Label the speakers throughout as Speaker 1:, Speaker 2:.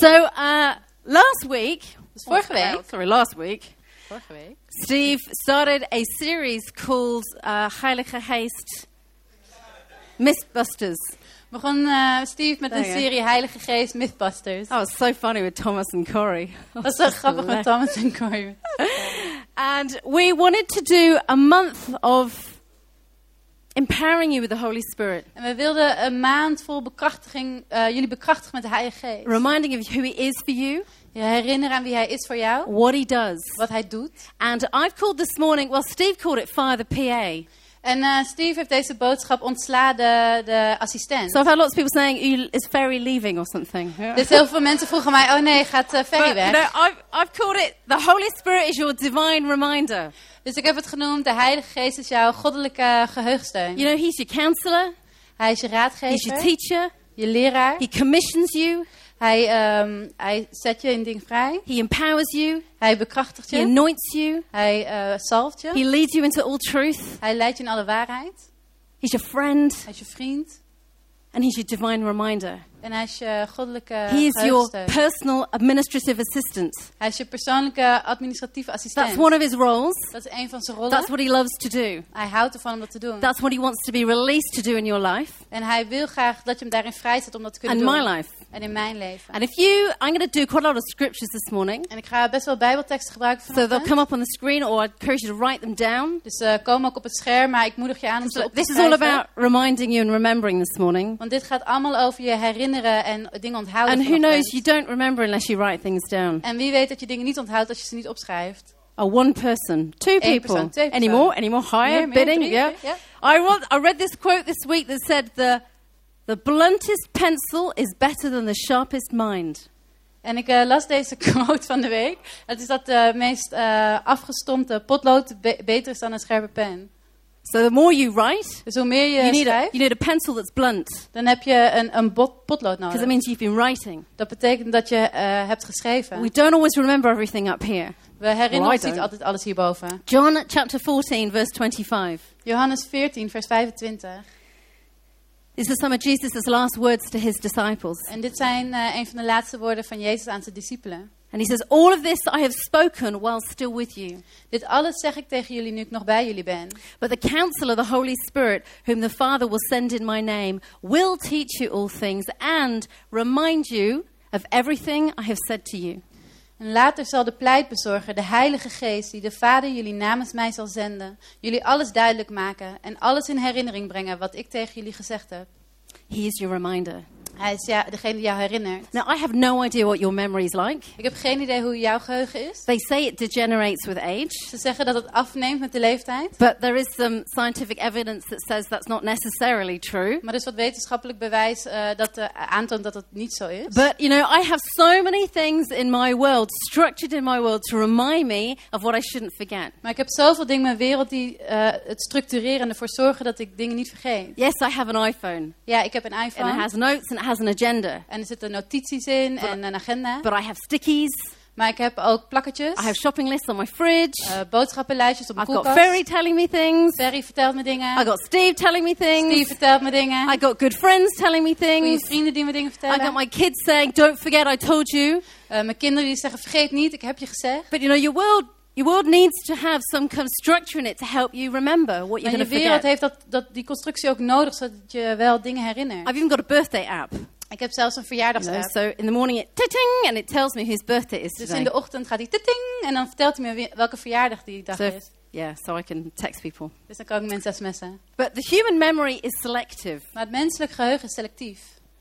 Speaker 1: So uh, last week, was
Speaker 2: Vorige
Speaker 1: vorige week,
Speaker 2: week.
Speaker 1: sorry, last week,
Speaker 2: Vorige week.
Speaker 1: Steve started a series called uh, Heilige Geest Mythbusters.
Speaker 2: Begon eh, Steve met een
Speaker 1: Daar, ja.
Speaker 2: serie Heilige Geest Mythbusters.
Speaker 1: That was so funny with Thomas and Corey.
Speaker 2: Dat is zo grappig met Thomas en Corey.
Speaker 1: And we wanted to do a month of empowering you with the Holy Spirit,
Speaker 2: En we wilden een maand vol bekrachtiging, eh, jullie bekrachtigen met de Heilige Geest.
Speaker 1: reminding you of who He is for you,
Speaker 2: Je herinneren aan wie Hij is voor jou,
Speaker 1: what He does.
Speaker 2: wat Hij doet.
Speaker 1: And I've called this morning, well, Steve called it Fire the PA.
Speaker 2: En eh, Steve heeft deze boodschap ontsla de, de assistent.
Speaker 1: So I've had lots of people saying, "You- is Ferry leaving or something?
Speaker 2: Dus heel veel mensen vroegen mij, oh nee, gaat eh, Ferry
Speaker 1: But,
Speaker 2: weg?
Speaker 1: no, I've, I've called it the Holy Spirit is your divine reminder.
Speaker 2: Dus ik heb het genoemd, de Heilige Geest is jouw goddelijke eh, geheugensteun.
Speaker 1: You know, He's your counselor,
Speaker 2: Hij is je
Speaker 1: He's your
Speaker 2: raadgever,
Speaker 1: teacher,
Speaker 2: je leraar.
Speaker 1: He commissions you,
Speaker 2: Hij, ehm, hij zet je in ding vrij.
Speaker 1: He empowers you,
Speaker 2: Hij bekrachtigt
Speaker 1: He
Speaker 2: je.
Speaker 1: anoints you,
Speaker 2: Hij eh zalft je.
Speaker 1: He leads you into all truth.
Speaker 2: Hij leidt je in alle waarheid.
Speaker 1: He's your friend,
Speaker 2: Hij is je vriend.
Speaker 1: and He's your divine reminder.
Speaker 2: En hij is je goddelijke
Speaker 1: He is your
Speaker 2: geheugensteun.
Speaker 1: personal administrative assistant.
Speaker 2: Hij is je persoonlijke administratieve
Speaker 1: That's
Speaker 2: assistent.
Speaker 1: one of His roles.
Speaker 2: Dat is een van zijn rollen.
Speaker 1: That's what He loves to do.
Speaker 2: Hij houdt ervan om dat te doen.
Speaker 1: That's what He wants to be released to do in your life
Speaker 2: En hij wil graag dat je hem daarin vrijzet om dat te kunnen
Speaker 1: and
Speaker 2: doen.
Speaker 1: my life.
Speaker 2: En in mijn leven.
Speaker 1: And if you, I'm going to do quite a lot of scriptures this morning.
Speaker 2: En ik ga best wel bijbelteksten gebruiken
Speaker 1: So they'll
Speaker 2: vanochtend.
Speaker 1: come up on the screen, or I encourage you to write them down.
Speaker 2: Dus eh kom ook op het scherm, maar ik moedig je aan om ze
Speaker 1: So
Speaker 2: op te
Speaker 1: this is all
Speaker 2: schrijven.
Speaker 1: about reminding you and remembering this morning.
Speaker 2: Want dit gaat allemaal over je herinneren en dingen onthouden.
Speaker 1: And who
Speaker 2: vanochtend.
Speaker 1: knows, you don't remember unless you write things down.
Speaker 2: En wie weet dat je dingen niet onthoudt als je ze niet opschrijft.
Speaker 1: Oh, one person, two
Speaker 2: Eén
Speaker 1: people.
Speaker 2: persoon, twee
Speaker 1: Any more?
Speaker 2: personen.
Speaker 1: Any more? Higher
Speaker 2: Meer, meer,
Speaker 1: bidding?
Speaker 2: drie,
Speaker 1: yeah.
Speaker 2: ja.
Speaker 1: I, want, I read this quote this week that said the the bluntest pencil is better than the sharpest mind.
Speaker 2: En ik eh, las deze quote van de week. Het is dat de meest eh afgestompte potlood be- beter is dan een scherpe pen.
Speaker 1: So the more you write,
Speaker 2: Dus hoe meer je,
Speaker 1: you need a,
Speaker 2: schrijft,
Speaker 1: you need a pencil that's blunt
Speaker 2: dan heb je een, een bot- potlood
Speaker 1: because it
Speaker 2: nodig.
Speaker 1: means you've been writing.
Speaker 2: Dat betekent dat je eh, hebt geschreven.
Speaker 1: We don't always remember everything up here.
Speaker 2: We herinneren
Speaker 1: Well, I
Speaker 2: ons niet
Speaker 1: don't.
Speaker 2: altijd alles hierboven.
Speaker 1: John chapter 14 verse 25.
Speaker 2: Johannes 14, vers 25.
Speaker 1: These are some of Jesus' last words to his disciples.
Speaker 2: En dit zijn eh, een van de laatste woorden van Jezus aan zijn discipelen.
Speaker 1: And he says, All of this I have spoken while still with you.
Speaker 2: Dit alles zeg ik tegen jullie nu ik nog bij jullie ben.
Speaker 1: But the counselor, the Holy Spirit, whom the Father will send in my name, will teach you all things and remind you of everything I have said to you.
Speaker 2: En later zal de pleitbezorger, de Heilige Geest, die de Vader jullie namens mij zal zenden, jullie alles duidelijk maken en alles in herinnering brengen wat ik tegen jullie gezegd heb.
Speaker 1: He is your reminder.
Speaker 2: Hij is ja, degene die jou herinnert.
Speaker 1: Now, I have no idea what your memory is like.
Speaker 2: Ik heb geen idee hoe jouw geheugen is.
Speaker 1: They say it degenerates with age,
Speaker 2: Ze zeggen dat het afneemt met de leeftijd,
Speaker 1: but there is some scientific evidence that says that's not necessarily true.
Speaker 2: maar er is wat wetenschappelijk bewijs eh, dat eh, aantoont dat het niet zo is.
Speaker 1: But, you know, I have so many things in my world, structured in my world, to remind me of what I shouldn't forget.
Speaker 2: Maar ik heb zoveel dingen in mijn wereld die eh, het structureren en ervoor zorgen dat ik dingen niet vergeet.
Speaker 1: Yes, I have an iPhone,
Speaker 2: Ja, ik heb een
Speaker 1: and it
Speaker 2: iPhone
Speaker 1: has notes and it has an agenda.
Speaker 2: en er zitten notities in en een agenda.
Speaker 1: But I have stickies,
Speaker 2: Maar ik heb ook plakketjes.
Speaker 1: I have shopping lists on my fridge,
Speaker 2: Eh, boodschappenlijstjes op mijn
Speaker 1: I've got
Speaker 2: koelkast.
Speaker 1: Ferry telling me things,
Speaker 2: Ferry vertelt me dingen.
Speaker 1: I got Steve telling me things,
Speaker 2: Steve vertelt me dingen.
Speaker 1: I got good friends telling me
Speaker 2: Goede
Speaker 1: things,
Speaker 2: vrienden die me dingen
Speaker 1: I
Speaker 2: vertellen.
Speaker 1: got my kids saying, "Don't forget, I told you."
Speaker 2: Eh, mijn kinderen die zeggen, vergeet niet, ik heb je gezegd.
Speaker 1: But you know, your world, your world needs to have some kind of structure in it to help you remember what you're
Speaker 2: Maar
Speaker 1: going
Speaker 2: je
Speaker 1: to
Speaker 2: wereld
Speaker 1: forget.
Speaker 2: heeft dat, dat, die constructie ook nodig, zodat je wel dingen herinnert.
Speaker 1: I've even got a birthday app.
Speaker 2: Ik heb zelfs een
Speaker 1: You know,
Speaker 2: verjaardagsapp.
Speaker 1: so in the morning it ting and it tells me whose birthday it is
Speaker 2: Dus
Speaker 1: today.
Speaker 2: in de ochtend gaat hij ting en dan vertelt hij me wie- welke verjaardag die dag
Speaker 1: So if-
Speaker 2: is.
Speaker 1: yeah, so I can text people.
Speaker 2: Dus dan kan ik mensen sms'en.
Speaker 1: But the human memory is selective.
Speaker 2: Maar het menselijk geheugen is selectief.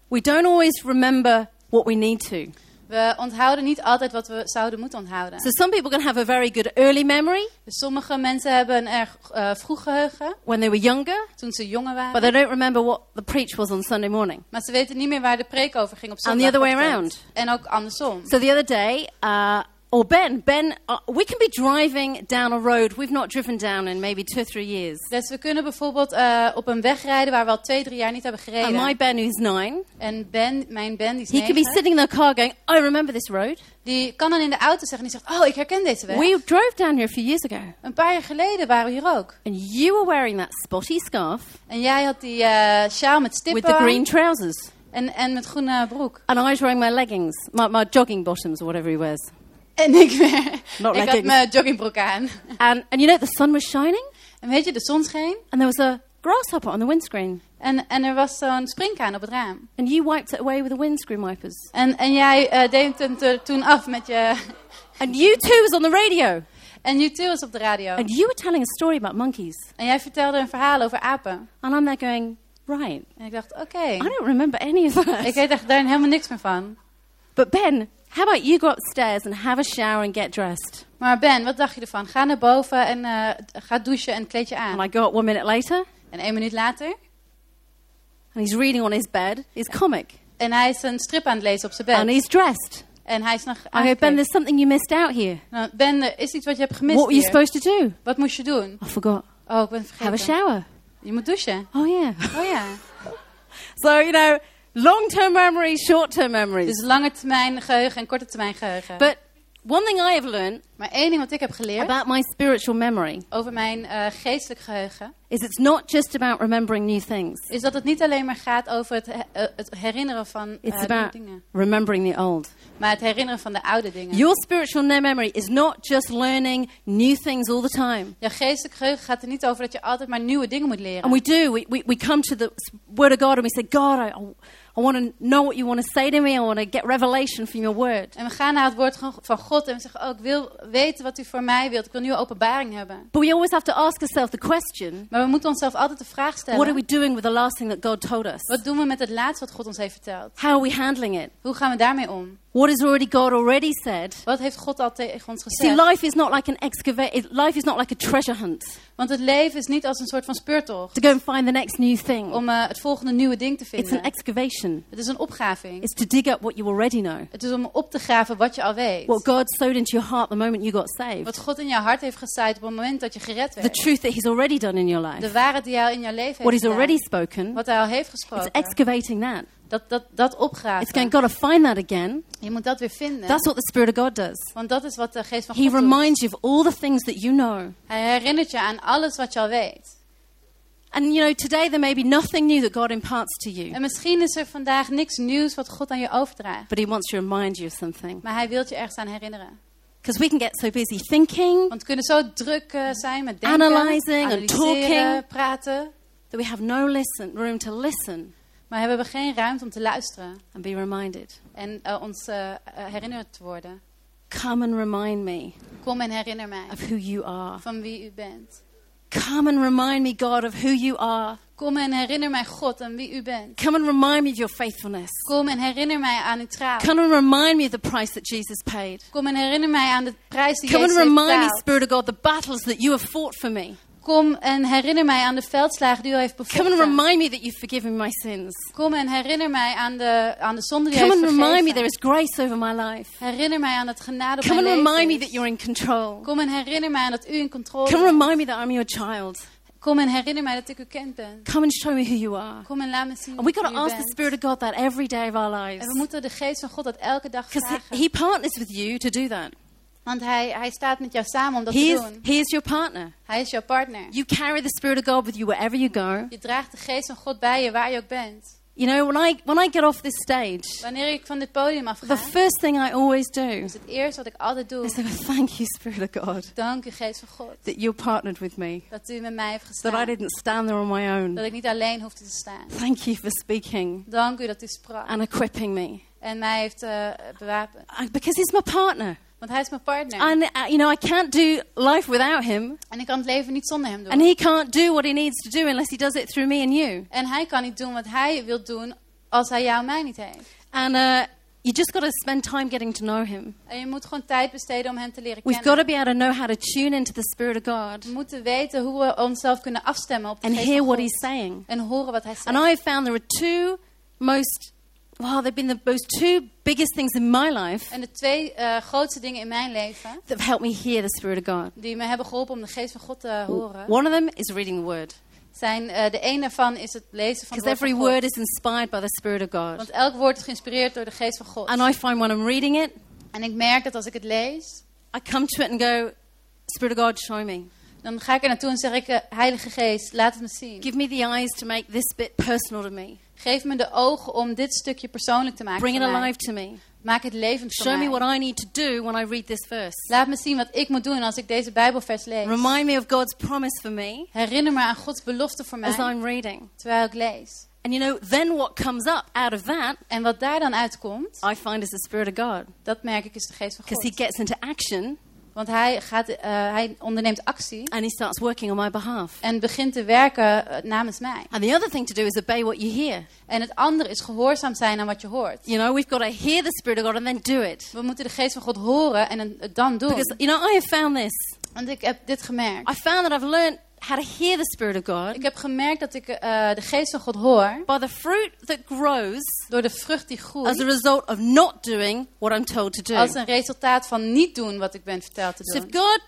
Speaker 1: We don't always remember what we need to.
Speaker 2: We onthouden niet altijd wat we zouden moeten onthouden.
Speaker 1: So some people can have a very good early memory
Speaker 2: Dus sommige mensen hebben een erg eh, vroeg geheugen,
Speaker 1: when they were younger,
Speaker 2: toen ze jonger waren.
Speaker 1: but they don't remember what the preach was on Sunday morning.
Speaker 2: Maar ze weten niet meer waar de preek over ging op
Speaker 1: And the
Speaker 2: zondag.
Speaker 1: other way around.
Speaker 2: En ook andersom.
Speaker 1: So the other day, uh, or Ben, Ben, uh, we can be driving down a road we've not driven down in maybe two or three years.
Speaker 2: Dus we kunnen bijvoorbeeld eh, op een weg rijden waar we al twee, drie jaar niet hebben
Speaker 1: And
Speaker 2: gereden.
Speaker 1: my Ben, who's nine,
Speaker 2: En ben, mijn Ben, die is
Speaker 1: he could be
Speaker 2: negen,
Speaker 1: sitting in the car going, I remember this road.
Speaker 2: die kan dan in de auto zeggen, die zegt, oh, ik herken deze weg.
Speaker 1: We drove down here a few years ago.
Speaker 2: Een paar jaar geleden waren we hier ook.
Speaker 1: And you were wearing that spotty scarf
Speaker 2: En jij had die eh sjaal met stippen
Speaker 1: with the
Speaker 2: aan
Speaker 1: green trousers.
Speaker 2: en, en met groene broek.
Speaker 1: And I was wearing my leggings, my, my jogging bottoms or whatever he wears.
Speaker 2: En ik, weer-
Speaker 1: Not
Speaker 2: ik had
Speaker 1: leggings.
Speaker 2: mijn joggingbroek aan.
Speaker 1: And, and you know, the sun was shining
Speaker 2: En weet je, de zon scheen
Speaker 1: and there was a grasshopper on the windscreen.
Speaker 2: en, en er was zo'n springkaan op het raam.
Speaker 1: And you wiped it away with the windscreen wipers.
Speaker 2: En, en jij eh, deed het er toen af met je...
Speaker 1: And you too was on the radio.
Speaker 2: En U2 was op de radio.
Speaker 1: And you were telling a story about monkeys.
Speaker 2: En jij vertelde een verhaal over apen.
Speaker 1: And I'm there going, right.
Speaker 2: En ik dacht, oké.
Speaker 1: I don't remember any of that.
Speaker 2: Ik weet echt daar helemaal niks meer van.
Speaker 1: But Ben, how about you go upstairs and have a shower and get dressed?
Speaker 2: Maar Ben, wat dacht je ervan? Ga naar boven en eh, ga douchen en kleed je
Speaker 1: And
Speaker 2: aan.
Speaker 1: I go up one minute later and
Speaker 2: En één minuut later...
Speaker 1: he's reading on his bed his comic.
Speaker 2: En hij is een strip aan het lezen op zijn
Speaker 1: And
Speaker 2: bed.
Speaker 1: he's dressed.
Speaker 2: En hij is nog
Speaker 1: I go, Oh, Ben,
Speaker 2: aangekleed.
Speaker 1: there's something you missed out here.
Speaker 2: Nou, Ben, er is iets wat je hebt gemist
Speaker 1: What were you
Speaker 2: hier.
Speaker 1: supposed to do?
Speaker 2: Wat moest je doen?
Speaker 1: I forgot.
Speaker 2: Oh, ik ben het
Speaker 1: Have a
Speaker 2: vergeten.
Speaker 1: shower.
Speaker 2: Je moet douchen.
Speaker 1: Oh, yeah.
Speaker 2: Oh ja.
Speaker 1: So, you know, long term memories, short term memories.
Speaker 2: Dus lange termijn geheugen en korte termijn geheugen.
Speaker 1: But one thing I have learned
Speaker 2: maar één ding wat ik heb geleerd
Speaker 1: about my spiritual memory
Speaker 2: over mijn eh, geestelijk geheugen...
Speaker 1: is it's not just about remembering new things,
Speaker 2: is dat het niet alleen maar gaat over het, he- eh, het herinneren van eh,
Speaker 1: it's
Speaker 2: nieuwe
Speaker 1: about
Speaker 2: dingen.
Speaker 1: remembering the old.
Speaker 2: Maar het herinneren van de oude dingen.
Speaker 1: Your spiritual ne- memory is not just learning new things all the time.
Speaker 2: Jouw geestelijk geheugen gaat er niet over dat je altijd maar nieuwe dingen moet leren.
Speaker 1: And we do, we, we, we come to the s- Word of God and we say, God, I, I want to know what you want to say to me. I want to get revelation from your Word.
Speaker 2: En we gaan naar het woord van- van God en we zeggen, oh, ik wil weten wat u voor mij wilt. Ik wil nieuwe openbaring hebben.
Speaker 1: But we always have to ask ourselves the question
Speaker 2: Maar we moeten onszelf altijd de vraag stellen.
Speaker 1: what are we doing with the last thing that God told us?
Speaker 2: Wat doen we met het laatste wat God ons heeft verteld?
Speaker 1: How are we handling it?
Speaker 2: Hoe gaan we daarmee om?
Speaker 1: What has already God already said?
Speaker 2: Wat heeft God al tegen ons
Speaker 1: See,
Speaker 2: gezegd?
Speaker 1: life is not like an excavate. Life is not like a treasure hunt
Speaker 2: Want het leven is niet als een soort van speurtocht
Speaker 1: to go and find the next new thing.
Speaker 2: om eh, het volgende nieuwe ding te
Speaker 1: It's an
Speaker 2: vinden.
Speaker 1: excavation.
Speaker 2: Het is een opgraving.
Speaker 1: It's to dig up what you already know.
Speaker 2: Het is om op te graven wat je al
Speaker 1: What
Speaker 2: weet.
Speaker 1: God sowed into your heart the moment you got
Speaker 2: Wat
Speaker 1: saved.
Speaker 2: God in je hart heeft gezaaid op het moment dat je gered
Speaker 1: The
Speaker 2: werd.
Speaker 1: truth that He's already done in your
Speaker 2: De
Speaker 1: life.
Speaker 2: waarheid die hij al in jouw leven
Speaker 1: What
Speaker 2: heeft
Speaker 1: He's already
Speaker 2: gedaan.
Speaker 1: spoken.
Speaker 2: Wat hij al heeft
Speaker 1: It's
Speaker 2: gesproken.
Speaker 1: excavating that.
Speaker 2: Dat, dat, dat
Speaker 1: It's going,
Speaker 2: opgraven.
Speaker 1: God, to find that again.
Speaker 2: Je moet dat weer vinden.
Speaker 1: That's what the Spirit of God does.
Speaker 2: Want dat is wat de geest van
Speaker 1: He
Speaker 2: God doet.
Speaker 1: reminds you of all the things that you know.
Speaker 2: Hij herinnert je aan alles wat je al weet.
Speaker 1: And you know, today there may be nothing new that God imparts to you,
Speaker 2: En misschien is er vandaag niks nieuws wat God aan je overdraagt.
Speaker 1: but He wants to remind you of something.
Speaker 2: Maar hij wil je ergens aan herinneren.
Speaker 1: Because we can get so busy thinking
Speaker 2: Want we kunnen zo druk eh, zijn met denken,
Speaker 1: Analyzing and
Speaker 2: analyseren,
Speaker 1: talking.
Speaker 2: praten.
Speaker 1: that we have no listen, room to listen
Speaker 2: Maar we hebben geen ruimte om te luisteren
Speaker 1: and be reminded.
Speaker 2: en eh, ons eh, eh, herinnerd te worden.
Speaker 1: Come and remind me
Speaker 2: Kom en herinner mij
Speaker 1: of who you are.
Speaker 2: van wie u bent.
Speaker 1: Come and remind me, God, of who you are.
Speaker 2: Kom en herinner mij God en wie u bent.
Speaker 1: Come and remind me of your faithfulness.
Speaker 2: Kom en herinner mij aan uw trouw.
Speaker 1: Come and remind me of the price that Jesus paid.
Speaker 2: Kom en herinner mij aan de prijs die
Speaker 1: Come and
Speaker 2: Jezus heeft
Speaker 1: remind me,
Speaker 2: betaald.
Speaker 1: Spirit of God, the battles that you have fought for me.
Speaker 2: Kom en herinner mij aan de veldslagen die u heeft
Speaker 1: Come and
Speaker 2: bevochten.
Speaker 1: remind me that you've forgiven my sins.
Speaker 2: Kom en herinner mij aan de, aan de zonde die u
Speaker 1: Come
Speaker 2: heeft
Speaker 1: and remind me there
Speaker 2: vergeven.
Speaker 1: is grace over my life.
Speaker 2: Herinner mij aan het genade op
Speaker 1: Come and
Speaker 2: mijn
Speaker 1: remind me
Speaker 2: leven
Speaker 1: that
Speaker 2: is.
Speaker 1: you're in control.
Speaker 2: Kom en herinner mij aan dat u in controle
Speaker 1: Come and
Speaker 2: bent.
Speaker 1: remind me that I'm your child.
Speaker 2: Kom en herinner mij dat ik u kent ben.
Speaker 1: Come and show me who you are.
Speaker 2: Kom en laat me zien
Speaker 1: And we
Speaker 2: wie
Speaker 1: got to
Speaker 2: u
Speaker 1: ask the
Speaker 2: bent.
Speaker 1: Spirit of God that every day of our lives.
Speaker 2: En we moeten de geest van God dat elke dag
Speaker 1: Because
Speaker 2: vragen.
Speaker 1: he, he partners with you to do that.
Speaker 2: Want hij, hij staat met jou samen om dat
Speaker 1: He
Speaker 2: te
Speaker 1: is,
Speaker 2: doen.
Speaker 1: he is your partner.
Speaker 2: Hij is jouw partner.
Speaker 1: You carry the Spirit of God with you wherever you go.
Speaker 2: Je draagt de geest van God bij je waar je ook bent.
Speaker 1: You know, when I, when I get off this stage,
Speaker 2: Wanneer ik van dit podium afga,
Speaker 1: the first thing I always do
Speaker 2: is het eerste wat ik altijd doe.
Speaker 1: is I go, Thank you, Spirit of God,
Speaker 2: Dank u geest van God.
Speaker 1: that you partnered with me,
Speaker 2: Dat u met mij heeft
Speaker 1: that I
Speaker 2: gestaan.
Speaker 1: didn't stand there on my
Speaker 2: Dat
Speaker 1: own.
Speaker 2: ik niet alleen hoefde te staan.
Speaker 1: Thank you for speaking
Speaker 2: Dank u dat u sprak
Speaker 1: and equipping me.
Speaker 2: en mij heeft eh, bewapend.
Speaker 1: I, because he's my partner.
Speaker 2: Want hij is mijn partner.
Speaker 1: And, uh, you know, I can't do life without him,
Speaker 2: En ik kan het leven niet zonder hem doen.
Speaker 1: and he can't do what he needs to do unless he does it through me and you.
Speaker 2: En hij kan niet doen wat hij wil doen als hij jou en mij niet heeft.
Speaker 1: And uh, you just got to spend time getting to know him.
Speaker 2: En je moet gewoon tijd besteden om hem te leren
Speaker 1: We've got
Speaker 2: kennen.
Speaker 1: to be able to know how to tune into the Spirit of God
Speaker 2: We moeten weten hoe we onszelf kunnen afstemmen op de
Speaker 1: and
Speaker 2: geest
Speaker 1: hear
Speaker 2: van
Speaker 1: what
Speaker 2: God.
Speaker 1: He's saying.
Speaker 2: En horen wat hij
Speaker 1: And
Speaker 2: zegt.
Speaker 1: I have found there are two most, well, they've been the most two biggest things in my life
Speaker 2: En de twee eh, grootste dingen in mijn leven
Speaker 1: that have helped me hear the Spirit of God.
Speaker 2: die me hebben geholpen om de geest van God te horen,
Speaker 1: One of them is reading the Word,
Speaker 2: zijn eh, de een daarvan is het lezen van het
Speaker 1: because
Speaker 2: woord van
Speaker 1: every
Speaker 2: God.
Speaker 1: word is inspired by the Spirit of God.
Speaker 2: Want elk woord is geïnspireerd door de geest van God.
Speaker 1: And I find when I'm reading it,
Speaker 2: En ik merk dat als ik het lees,
Speaker 1: I come to it and go, Spirit of God, show me.
Speaker 2: dan ga ik er naartoe en zeg ik, eh, Heilige Geest, laat het me zien.
Speaker 1: Give me the eyes to make this bit personal to me.
Speaker 2: Geef me de ogen om dit stukje persoonlijk te maken.
Speaker 1: Bring it
Speaker 2: voor mij.
Speaker 1: alive to me.
Speaker 2: Maak het levend voor
Speaker 1: Show me
Speaker 2: mij.
Speaker 1: what I need to do when I read this verse.
Speaker 2: Laat me zien wat ik moet doen als ik deze Bijbelvers lees.
Speaker 1: Remind me of God's promise for me
Speaker 2: Herinner me aan Gods belofte voor
Speaker 1: as
Speaker 2: mij
Speaker 1: I'm reading.
Speaker 2: terwijl ik lees.
Speaker 1: And you know, then what comes up out of that,
Speaker 2: En wat daar dan uitkomt,
Speaker 1: I find is the Spirit of God.
Speaker 2: dat merk ik is de geest van
Speaker 1: Because He
Speaker 2: God.
Speaker 1: gets into action
Speaker 2: Want hij, gaat, eh, hij onderneemt actie
Speaker 1: and He starts working on my behalf.
Speaker 2: en begint te werken eh, namens mij.
Speaker 1: And the other thing to do is obey what you hear.
Speaker 2: En het andere is gehoorzaam zijn aan wat je hoort.
Speaker 1: You know, we've got to hear the Spirit of God and then do it.
Speaker 2: We moeten de geest van God horen en het dan doen.
Speaker 1: Because, you know, I have found this.
Speaker 2: Want ik heb dit gemerkt.
Speaker 1: I found that I've learned how to hear the Spirit of
Speaker 2: Ik
Speaker 1: God
Speaker 2: heb gemerkt dat ik eh, de geest van God hoor
Speaker 1: by the fruit that grows
Speaker 2: door de vrucht die
Speaker 1: as a
Speaker 2: groeit.
Speaker 1: result of not doing what I'm told to do.
Speaker 2: Als een resultaat van niet doen wat ik ben verteld te
Speaker 1: So if
Speaker 2: doen.
Speaker 1: God,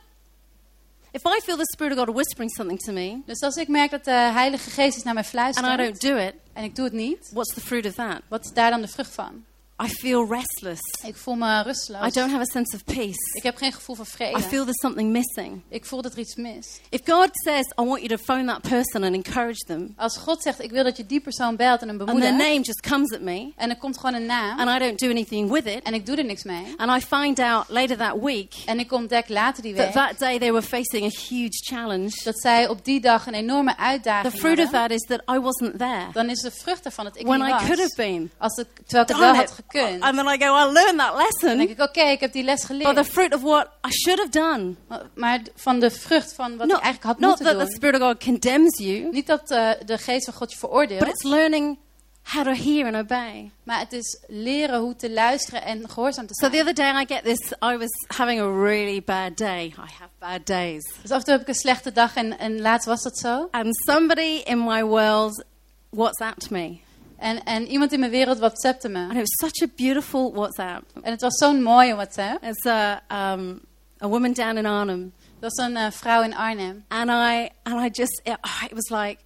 Speaker 1: if I feel the Spirit of God whispering something to me
Speaker 2: Dus als ik merk dat de Heilige Geest is naar mij
Speaker 1: and I
Speaker 2: fluistert
Speaker 1: don't do it,
Speaker 2: en ik doe het niet,
Speaker 1: what's the fruit of that?
Speaker 2: wat is daar dan de vrucht van?
Speaker 1: I feel restless.
Speaker 2: Ik voel me
Speaker 1: I
Speaker 2: rusteloos.
Speaker 1: don't have a sense of peace.
Speaker 2: Ik heb geen gevoel van
Speaker 1: I
Speaker 2: vrede.
Speaker 1: feel there's something missing.
Speaker 2: Ik voel dat er iets mis.
Speaker 1: If God says, I want you to phone that person and encourage them,
Speaker 2: Als God zegt, ik wil dat je die persoon belt en hem
Speaker 1: and their
Speaker 2: bemoedigt.
Speaker 1: name just comes at me,
Speaker 2: En er komt gewoon een naam
Speaker 1: and I don't do anything with it,
Speaker 2: en ik doe er niks mee.
Speaker 1: and I find out later that week
Speaker 2: En ik ontdek later die
Speaker 1: that
Speaker 2: week
Speaker 1: that day they were facing a huge challenge,
Speaker 2: dat zij op die dag een enorme
Speaker 1: the
Speaker 2: uitdaging
Speaker 1: fruit of
Speaker 2: hadden.
Speaker 1: that is that I wasn't there
Speaker 2: Dan is de vrucht ervan dat ik
Speaker 1: when I
Speaker 2: niet
Speaker 1: could
Speaker 2: was.
Speaker 1: have been.
Speaker 2: Als ik, terwijl ik het wel
Speaker 1: Darn it.
Speaker 2: had gekund.
Speaker 1: And then I go, I learned that
Speaker 2: Dan
Speaker 1: lesson.
Speaker 2: denk ik, oké, ik heb die les
Speaker 1: by the
Speaker 2: geleerd.
Speaker 1: fruit of what I should have done.
Speaker 2: Maar van de vrucht van wat ik
Speaker 1: Not,
Speaker 2: eigenlijk had
Speaker 1: not
Speaker 2: moeten
Speaker 1: that
Speaker 2: doen.
Speaker 1: the Spirit of God condemns you,
Speaker 2: Niet dat eh, de geest van God je
Speaker 1: but
Speaker 2: veroordeelt.
Speaker 1: it's learning how to hear and obey.
Speaker 2: Maar het is leren hoe te luisteren en gehoorzaam te
Speaker 1: So
Speaker 2: zijn.
Speaker 1: the other day I get this, I was having a really bad day. I have bad days.
Speaker 2: Dus af en toe heb ik een slechte dag en, en laatst was dat zo.
Speaker 1: And somebody in my world WhatsApped me.
Speaker 2: En, en iemand in mijn wereld whatsappte me.
Speaker 1: And it was such a beautiful WhatsApp.
Speaker 2: En het was zo'n mooie whatsapp.
Speaker 1: It's a, um, a woman down in Arnhem.
Speaker 2: Dat was een eh, vrouw in Arnhem.
Speaker 1: And I, and I just, it, oh, it was like,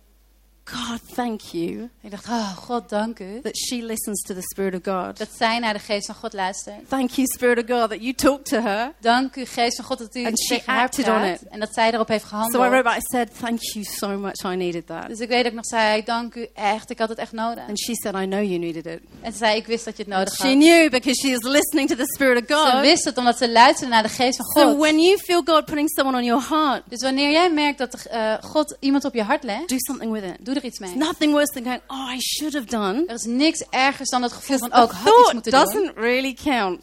Speaker 1: God, thank you
Speaker 2: Ik dacht, oh God, dank u.
Speaker 1: that she listens to the Spirit of God.
Speaker 2: Dat zij naar de geest van God luistert.
Speaker 1: Thank you, Spirit of God, that you talked to her.
Speaker 2: Dank u, geest van God, dat u
Speaker 1: And she
Speaker 2: tegen haar
Speaker 1: acted on
Speaker 2: praat.
Speaker 1: it.
Speaker 2: En dat zij erop heeft
Speaker 1: So I wrote
Speaker 2: gehandeld.
Speaker 1: back, I said, Thank you so much, I needed that.
Speaker 2: Dus ik weet dat ik nog zei, dank u echt, ik had het echt nodig.
Speaker 1: And she said, I know you needed it.
Speaker 2: En ze zei, ik wist dat je het nodig had.
Speaker 1: She knew because she is listening to the Spirit of
Speaker 2: Ze
Speaker 1: God.
Speaker 2: wist het omdat ze luisterde naar de geest van
Speaker 1: So
Speaker 2: God.
Speaker 1: when you feel God putting someone on your heart,
Speaker 2: Dus wanneer jij merkt dat eh, God iemand op je hart legt,
Speaker 1: do something with it.
Speaker 2: doe er iets mee.
Speaker 1: Nothing worse than going, Oh, I should have done.
Speaker 2: Er is niks ergers dan het gevoel van, oh,
Speaker 1: A
Speaker 2: ik had iets
Speaker 1: thought
Speaker 2: moeten doen.
Speaker 1: doesn't really count.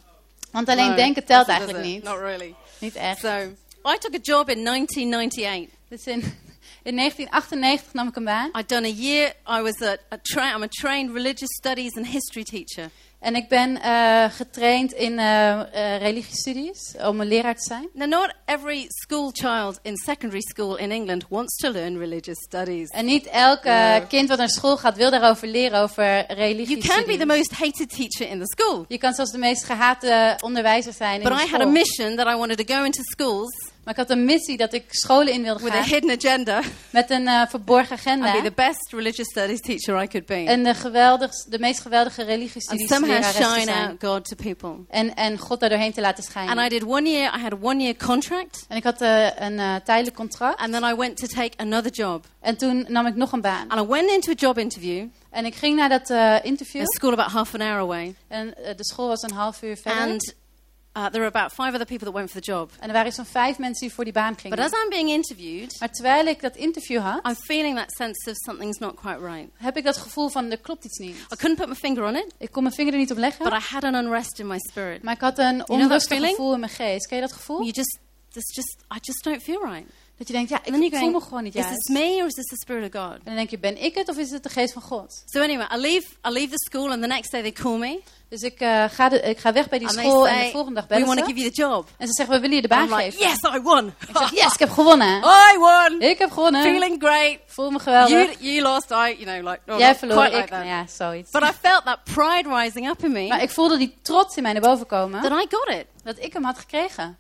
Speaker 2: Want alleen
Speaker 1: No,
Speaker 2: denken telt
Speaker 1: does it, does
Speaker 2: eigenlijk
Speaker 1: it?
Speaker 2: niet.
Speaker 1: Not really.
Speaker 2: Niet echt.
Speaker 1: So I took a job in 1998.
Speaker 2: Dus in, in 1998 nam ik een baan.
Speaker 1: I'd done a year. I was a, a tra- I'm a trained religious studies and history teacher.
Speaker 2: En ik ben eh, getraind in eh, eh, religiestudies om een leraar te zijn.
Speaker 1: Now, not every school child in secondary school in England wants to learn religious studies.
Speaker 2: En niet elk eh,
Speaker 1: Ja.
Speaker 2: kind wat naar school gaat wil daarover leren over
Speaker 1: You can be the
Speaker 2: religiestudies.
Speaker 1: most hated teacher in the school.
Speaker 2: Je kan zelfs de meest gehate onderwijzer zijn in
Speaker 1: But
Speaker 2: de
Speaker 1: I had a
Speaker 2: school.
Speaker 1: mission that I wanted to go into schools
Speaker 2: Maar ik had een missie dat ik scholen in wilde
Speaker 1: with a
Speaker 2: gaan
Speaker 1: hidden agenda
Speaker 2: met een eh, verborgen agenda.
Speaker 1: and be the best religious studies teacher I could be.
Speaker 2: En de, geweldig, de meest geweldige
Speaker 1: And
Speaker 2: religiestudies
Speaker 1: somehow
Speaker 2: lerares te
Speaker 1: shine
Speaker 2: zijn.
Speaker 1: out God to people.
Speaker 2: En, en God daar doorheen te laten
Speaker 1: And
Speaker 2: schijnen.
Speaker 1: I did one year, I had a one year contract,
Speaker 2: En ik had eh, een eh, tijdelijk contract.
Speaker 1: and then I went to take another job.
Speaker 2: En toen nam ik nog een baan.
Speaker 1: And I went into a job interview,
Speaker 2: En ik ging naar dat eh, interview.
Speaker 1: a school about half an hour away,
Speaker 2: En eh, de school was een half uur verder.
Speaker 1: and uh, there were about five other people that went for the job.
Speaker 2: En er waren zo'n vijf mensen die voor die baan
Speaker 1: But
Speaker 2: gingen.
Speaker 1: as I'm being interviewed,
Speaker 2: Maar terwijl ik dat interview had,
Speaker 1: I'm feeling that sense of something's not quite right.
Speaker 2: heb ik dat gevoel van er klopt iets niet.
Speaker 1: I couldn't put my finger on it,
Speaker 2: Ik kon mijn vinger er niet op leggen.
Speaker 1: but I had an unrest in my spirit.
Speaker 2: Maar ik had een
Speaker 1: that
Speaker 2: onrustig
Speaker 1: feeling?
Speaker 2: gevoel in mijn geest. Ken je dat gevoel?
Speaker 1: You just, this just, I just don't feel right.
Speaker 2: Dat je denkt, ja,
Speaker 1: And then
Speaker 2: ik
Speaker 1: you're
Speaker 2: voel
Speaker 1: going,
Speaker 2: me gewoon niet
Speaker 1: is this
Speaker 2: juist. En
Speaker 1: me or is this the Spirit of God?
Speaker 2: dan denk je, ben ik het of is het de geest van God?
Speaker 1: So anyway, I leave, I leave the school, and the next day they call me
Speaker 2: Dus ik, eh, ga, de, ik ga weg bij die
Speaker 1: and they
Speaker 2: school en
Speaker 1: say,
Speaker 2: de volgende dag
Speaker 1: "We
Speaker 2: bellen
Speaker 1: want to
Speaker 2: ze.
Speaker 1: give you the job."
Speaker 2: En ze zeggen, we willen je de baan
Speaker 1: I'm like,
Speaker 2: geven.
Speaker 1: "Yes, I won.
Speaker 2: Ik zeg, yes, ik heb gewonnen.
Speaker 1: I won.
Speaker 2: Ik heb gewonnen.
Speaker 1: Feeling great.
Speaker 2: Voel me geweldig.
Speaker 1: You, you lost. I, you know, like oh,
Speaker 2: Jij
Speaker 1: not
Speaker 2: verloor,
Speaker 1: quite like
Speaker 2: ik. Nou
Speaker 1: that.
Speaker 2: ja, zoiets.
Speaker 1: But I felt that pride rising up in me
Speaker 2: Maar ik voelde die trots in mij naar boven komen
Speaker 1: that I got it,
Speaker 2: dat ik hem had gekregen.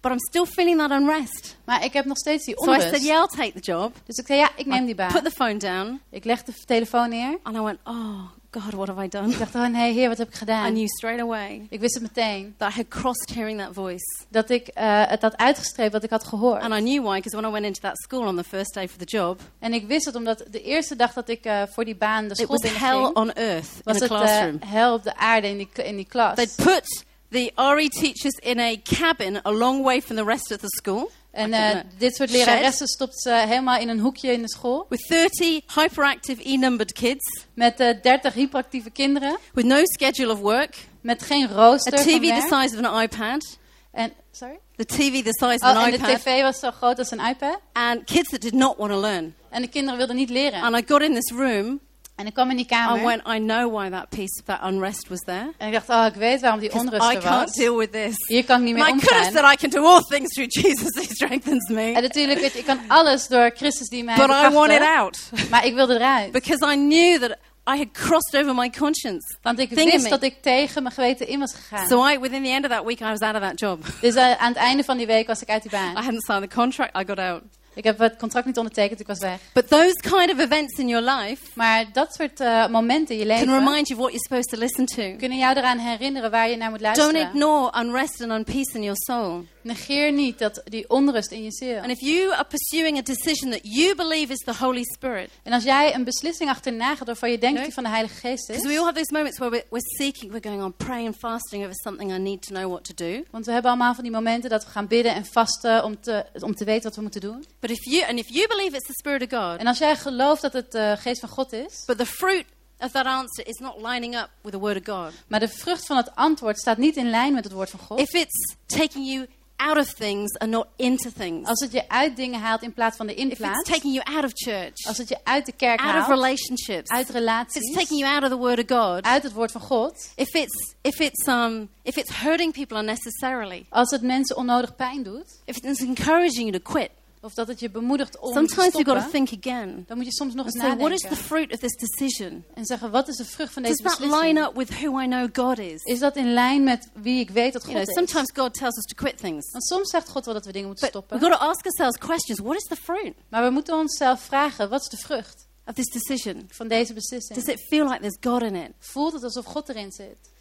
Speaker 1: but I'm still feeling that unrest.
Speaker 2: Maar ik heb nog steeds die
Speaker 1: So I said,
Speaker 2: onrust.
Speaker 1: "Yeah, I'll take the job."
Speaker 2: Dus ik zei, ja, ik neem die
Speaker 1: Put
Speaker 2: baan.
Speaker 1: the phone down,
Speaker 2: Ik leg de telefoon neer
Speaker 1: and I went, "Oh God, what have I done?
Speaker 2: Ik dacht, oh nee, heer, wat heb ik
Speaker 1: I
Speaker 2: gedaan?
Speaker 1: knew straight away
Speaker 2: Ik wist het meteen.
Speaker 1: that I had crossed hearing that voice.
Speaker 2: Dat ik eh, het had uitgestreept wat ik had
Speaker 1: And
Speaker 2: gehoord.
Speaker 1: I knew why, because when I went into that school on the first day for the job,
Speaker 2: En ik wist het omdat de eerste dag dat ik eh, voor die baan de
Speaker 1: it
Speaker 2: school
Speaker 1: was hell
Speaker 2: binnenging,
Speaker 1: on earth in
Speaker 2: was
Speaker 1: the
Speaker 2: het eh,
Speaker 1: classroom.
Speaker 2: hel op de aarde in die, in die klas.
Speaker 1: They'd put the RE teachers in a cabin a long way from the rest of the school
Speaker 2: En
Speaker 1: I
Speaker 2: eh,
Speaker 1: don't know.
Speaker 2: dit soort leraressen stopt ze helemaal in een hoekje in de school.
Speaker 1: with 30 hyperactive E numbered kids
Speaker 2: Met eh 30 hyperactieve kinderen.
Speaker 1: with no schedule of work,
Speaker 2: Met geen
Speaker 1: a
Speaker 2: rooster van
Speaker 1: TV the
Speaker 2: werk.
Speaker 1: size of an iPad,
Speaker 2: En, sorry?
Speaker 1: the TV the size of
Speaker 2: Oh,
Speaker 1: an
Speaker 2: en de
Speaker 1: iPad,
Speaker 2: tv was zo groot als een iPad.
Speaker 1: and kids that did not want to learn.
Speaker 2: En de kinderen wilden niet leren.
Speaker 1: And I got in this room
Speaker 2: En ik kwam in die
Speaker 1: and
Speaker 2: kamer.
Speaker 1: went, I know why that piece, that unrest was there.
Speaker 2: En ik dacht, oh, ik weet waarom die
Speaker 1: 'Cause
Speaker 2: onrust
Speaker 1: I
Speaker 2: er
Speaker 1: can't
Speaker 2: was.
Speaker 1: deal with this.
Speaker 2: Hier kan ik niet
Speaker 1: And
Speaker 2: mee
Speaker 1: I could have
Speaker 2: omgaan.
Speaker 1: said I can do all things through Jesus who strengthens me.
Speaker 2: En natuurlijk, weet je, ik kan alles door Christus die mij
Speaker 1: But I want it
Speaker 2: bekrachtigt.
Speaker 1: out
Speaker 2: Maar ik wilde eruit.
Speaker 1: because I knew that I had crossed over my conscience.
Speaker 2: Want ik
Speaker 1: Thing in
Speaker 2: wist
Speaker 1: me.
Speaker 2: dat ik tegen mijn geweten in was gegaan.
Speaker 1: So I, within the end of that week, I was out of that job.
Speaker 2: Dus eh, aan het einde van die week was ik uit die
Speaker 1: I
Speaker 2: baan.
Speaker 1: hadn't signed the contract. I got out.
Speaker 2: Ik heb het contract niet ondertekend, ik was weg.
Speaker 1: But those kind of events in your life
Speaker 2: Maar dat soort eh, momenten in je
Speaker 1: can
Speaker 2: leven
Speaker 1: remind you of what you're supposed to listen to.
Speaker 2: kunnen jou eraan herinneren waar je naar moet
Speaker 1: Don't
Speaker 2: luisteren.
Speaker 1: ignore unrest and unpeace in your soul.
Speaker 2: Negeer niet dat, die onrust in je ziel.
Speaker 1: And if you are pursuing a decision that you believe is the Holy Spirit,
Speaker 2: En als jij een beslissing achterna gaat waarvan je denkt dat
Speaker 1: Nee.
Speaker 2: die van de Heilige Geest
Speaker 1: because we all
Speaker 2: is.
Speaker 1: have those moments where we're, we're seeking, we're going on praying and fasting over something I need to know what to do.
Speaker 2: Want we hebben allemaal van die momenten dat we gaan bidden en vasten om te, om te weten wat we moeten doen.
Speaker 1: But if you and if you believe it's the Spirit of God,
Speaker 2: En als jij gelooft dat het de Geest van God is,
Speaker 1: but the fruit of that answer is not lining up with the Word of God.
Speaker 2: maar de vrucht van het antwoord staat niet in lijn met het woord van God.
Speaker 1: If it's taking you out of things and not into things,
Speaker 2: Als het je uit dingen haalt in plaats van de
Speaker 1: if it's
Speaker 2: inplaats.
Speaker 1: taking you out of church,
Speaker 2: Als het je uit de kerk
Speaker 1: out of
Speaker 2: haalt,
Speaker 1: relationships,
Speaker 2: uit
Speaker 1: if it's
Speaker 2: relaties,
Speaker 1: taking you out of the Word of God,
Speaker 2: uit het woord van God.
Speaker 1: if it's if it's um if it's hurting people unnecessarily,
Speaker 2: Als het mensen onnodig pijn doet.
Speaker 1: if it's encouraging you to quit,
Speaker 2: Of dat het je bemoedigt om
Speaker 1: sometimes
Speaker 2: te
Speaker 1: you've got to
Speaker 2: stoppen.
Speaker 1: think again.
Speaker 2: Dan moet je soms nog
Speaker 1: And
Speaker 2: eens
Speaker 1: say, what is
Speaker 2: nadenken.
Speaker 1: the fruit of this decision?
Speaker 2: En zeggen, wat is de vrucht van
Speaker 1: Does
Speaker 2: deze
Speaker 1: that line
Speaker 2: beslissing?
Speaker 1: up with who I know God is?
Speaker 2: Is dat in lijn met wie ik weet dat
Speaker 1: You know,
Speaker 2: God is?
Speaker 1: sometimes God tells us to quit things.
Speaker 2: Want soms zegt God wel dat we dingen moeten
Speaker 1: But we've
Speaker 2: stoppen.
Speaker 1: got to ask ourselves questions. What is the fruit
Speaker 2: Maar we moeten onszelf vragen, wat is de vrucht
Speaker 1: of this decision?
Speaker 2: van deze
Speaker 1: Does
Speaker 2: beslissing?
Speaker 1: it feel like there's God in it?
Speaker 2: Voelt het alsof God erin zit?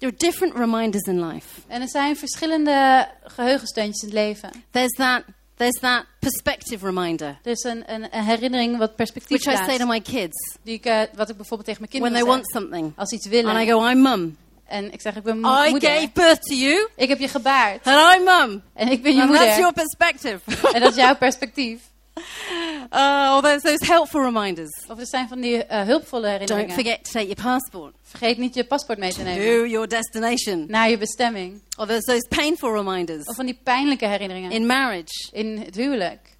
Speaker 1: There are different reminders in life.
Speaker 2: En er zijn verschillende geheugensteuntjes in het leven.
Speaker 1: There's that, there's that perspective reminder,
Speaker 2: Dus een, een, een herinnering wat perspectief
Speaker 1: which I say
Speaker 2: plaatst.
Speaker 1: to my kids
Speaker 2: Die ik, eh, wat ik bijvoorbeeld tegen mijn
Speaker 1: when
Speaker 2: kinderen
Speaker 1: they want
Speaker 2: zeg.
Speaker 1: something.
Speaker 2: Als ze iets
Speaker 1: And I
Speaker 2: willen.
Speaker 1: go, I'm mum.
Speaker 2: En ik zeg, ik ben mo-
Speaker 1: Oh, I
Speaker 2: moeder.
Speaker 1: gave birth to you,
Speaker 2: Ik heb je gebaard.
Speaker 1: and I'm mum.
Speaker 2: En ik ben je
Speaker 1: And
Speaker 2: moeder.
Speaker 1: that's your perspective.
Speaker 2: En dat is jouw perspectief.
Speaker 1: uh, or there's those helpful reminders.
Speaker 2: Of er zijn van die eh, hulpvolle
Speaker 1: Don't
Speaker 2: herinneringen.
Speaker 1: forget to take your passport
Speaker 2: Vergeet niet je paspoort mee te nemen.
Speaker 1: to your destination.
Speaker 2: Naar je bestemming.
Speaker 1: Or there's those painful reminders
Speaker 2: Of van die pijnlijke herinneringen.
Speaker 1: in marriage,
Speaker 2: In het huwelijk.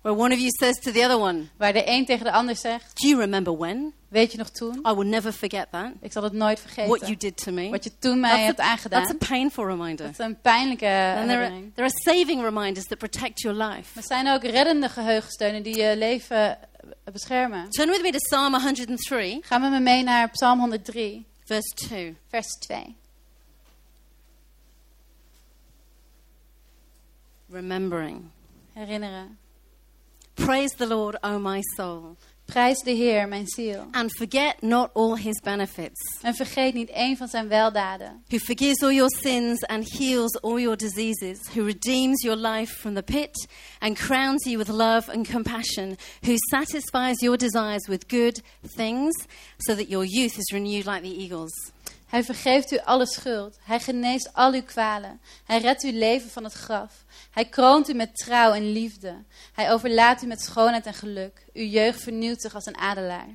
Speaker 1: where one of you says to the other one,
Speaker 2: Waar de een tegen de ander zegt,
Speaker 1: Do you remember when?
Speaker 2: weet je nog toen?
Speaker 1: I will never forget that.
Speaker 2: Ik zal het nooit
Speaker 1: What you
Speaker 2: vergeten.
Speaker 1: did to me.
Speaker 2: Wat je toen mij
Speaker 1: That's
Speaker 2: hebt
Speaker 1: a, that's a
Speaker 2: aangedaan.
Speaker 1: painful reminder.
Speaker 2: Dat is een pijnlijke
Speaker 1: And there are,
Speaker 2: herinnering.
Speaker 1: there are saving reminders that protect your life.
Speaker 2: Maar er zijn ook reddende geheugensteunen die je leven eh, beschermen.
Speaker 1: Turn with me to Psalm 103,
Speaker 2: Ga met me mee naar Psalm 103,
Speaker 1: verse 2.
Speaker 2: vers 2.
Speaker 1: Remembering.
Speaker 2: Herinneren.
Speaker 1: Praise the Lord, O my soul,
Speaker 2: Prijs de Heer, mijn ziel.
Speaker 1: and forget not all his benefits,
Speaker 2: En vergeet niet één van zijn weldaden.
Speaker 1: who forgives all your sins and heals all your diseases, who redeems your life from the pit and crowns you with love and compassion, who satisfies your desires with good things, so that your youth is renewed like the eagles.
Speaker 2: Hij vergeeft u alle schuld. Hij geneest al uw kwalen. Hij redt uw leven van het graf. Hij kroont u met trouw en liefde. Hij overlaadt u met schoonheid en geluk. Uw jeugd vernieuwt zich als een adelaar.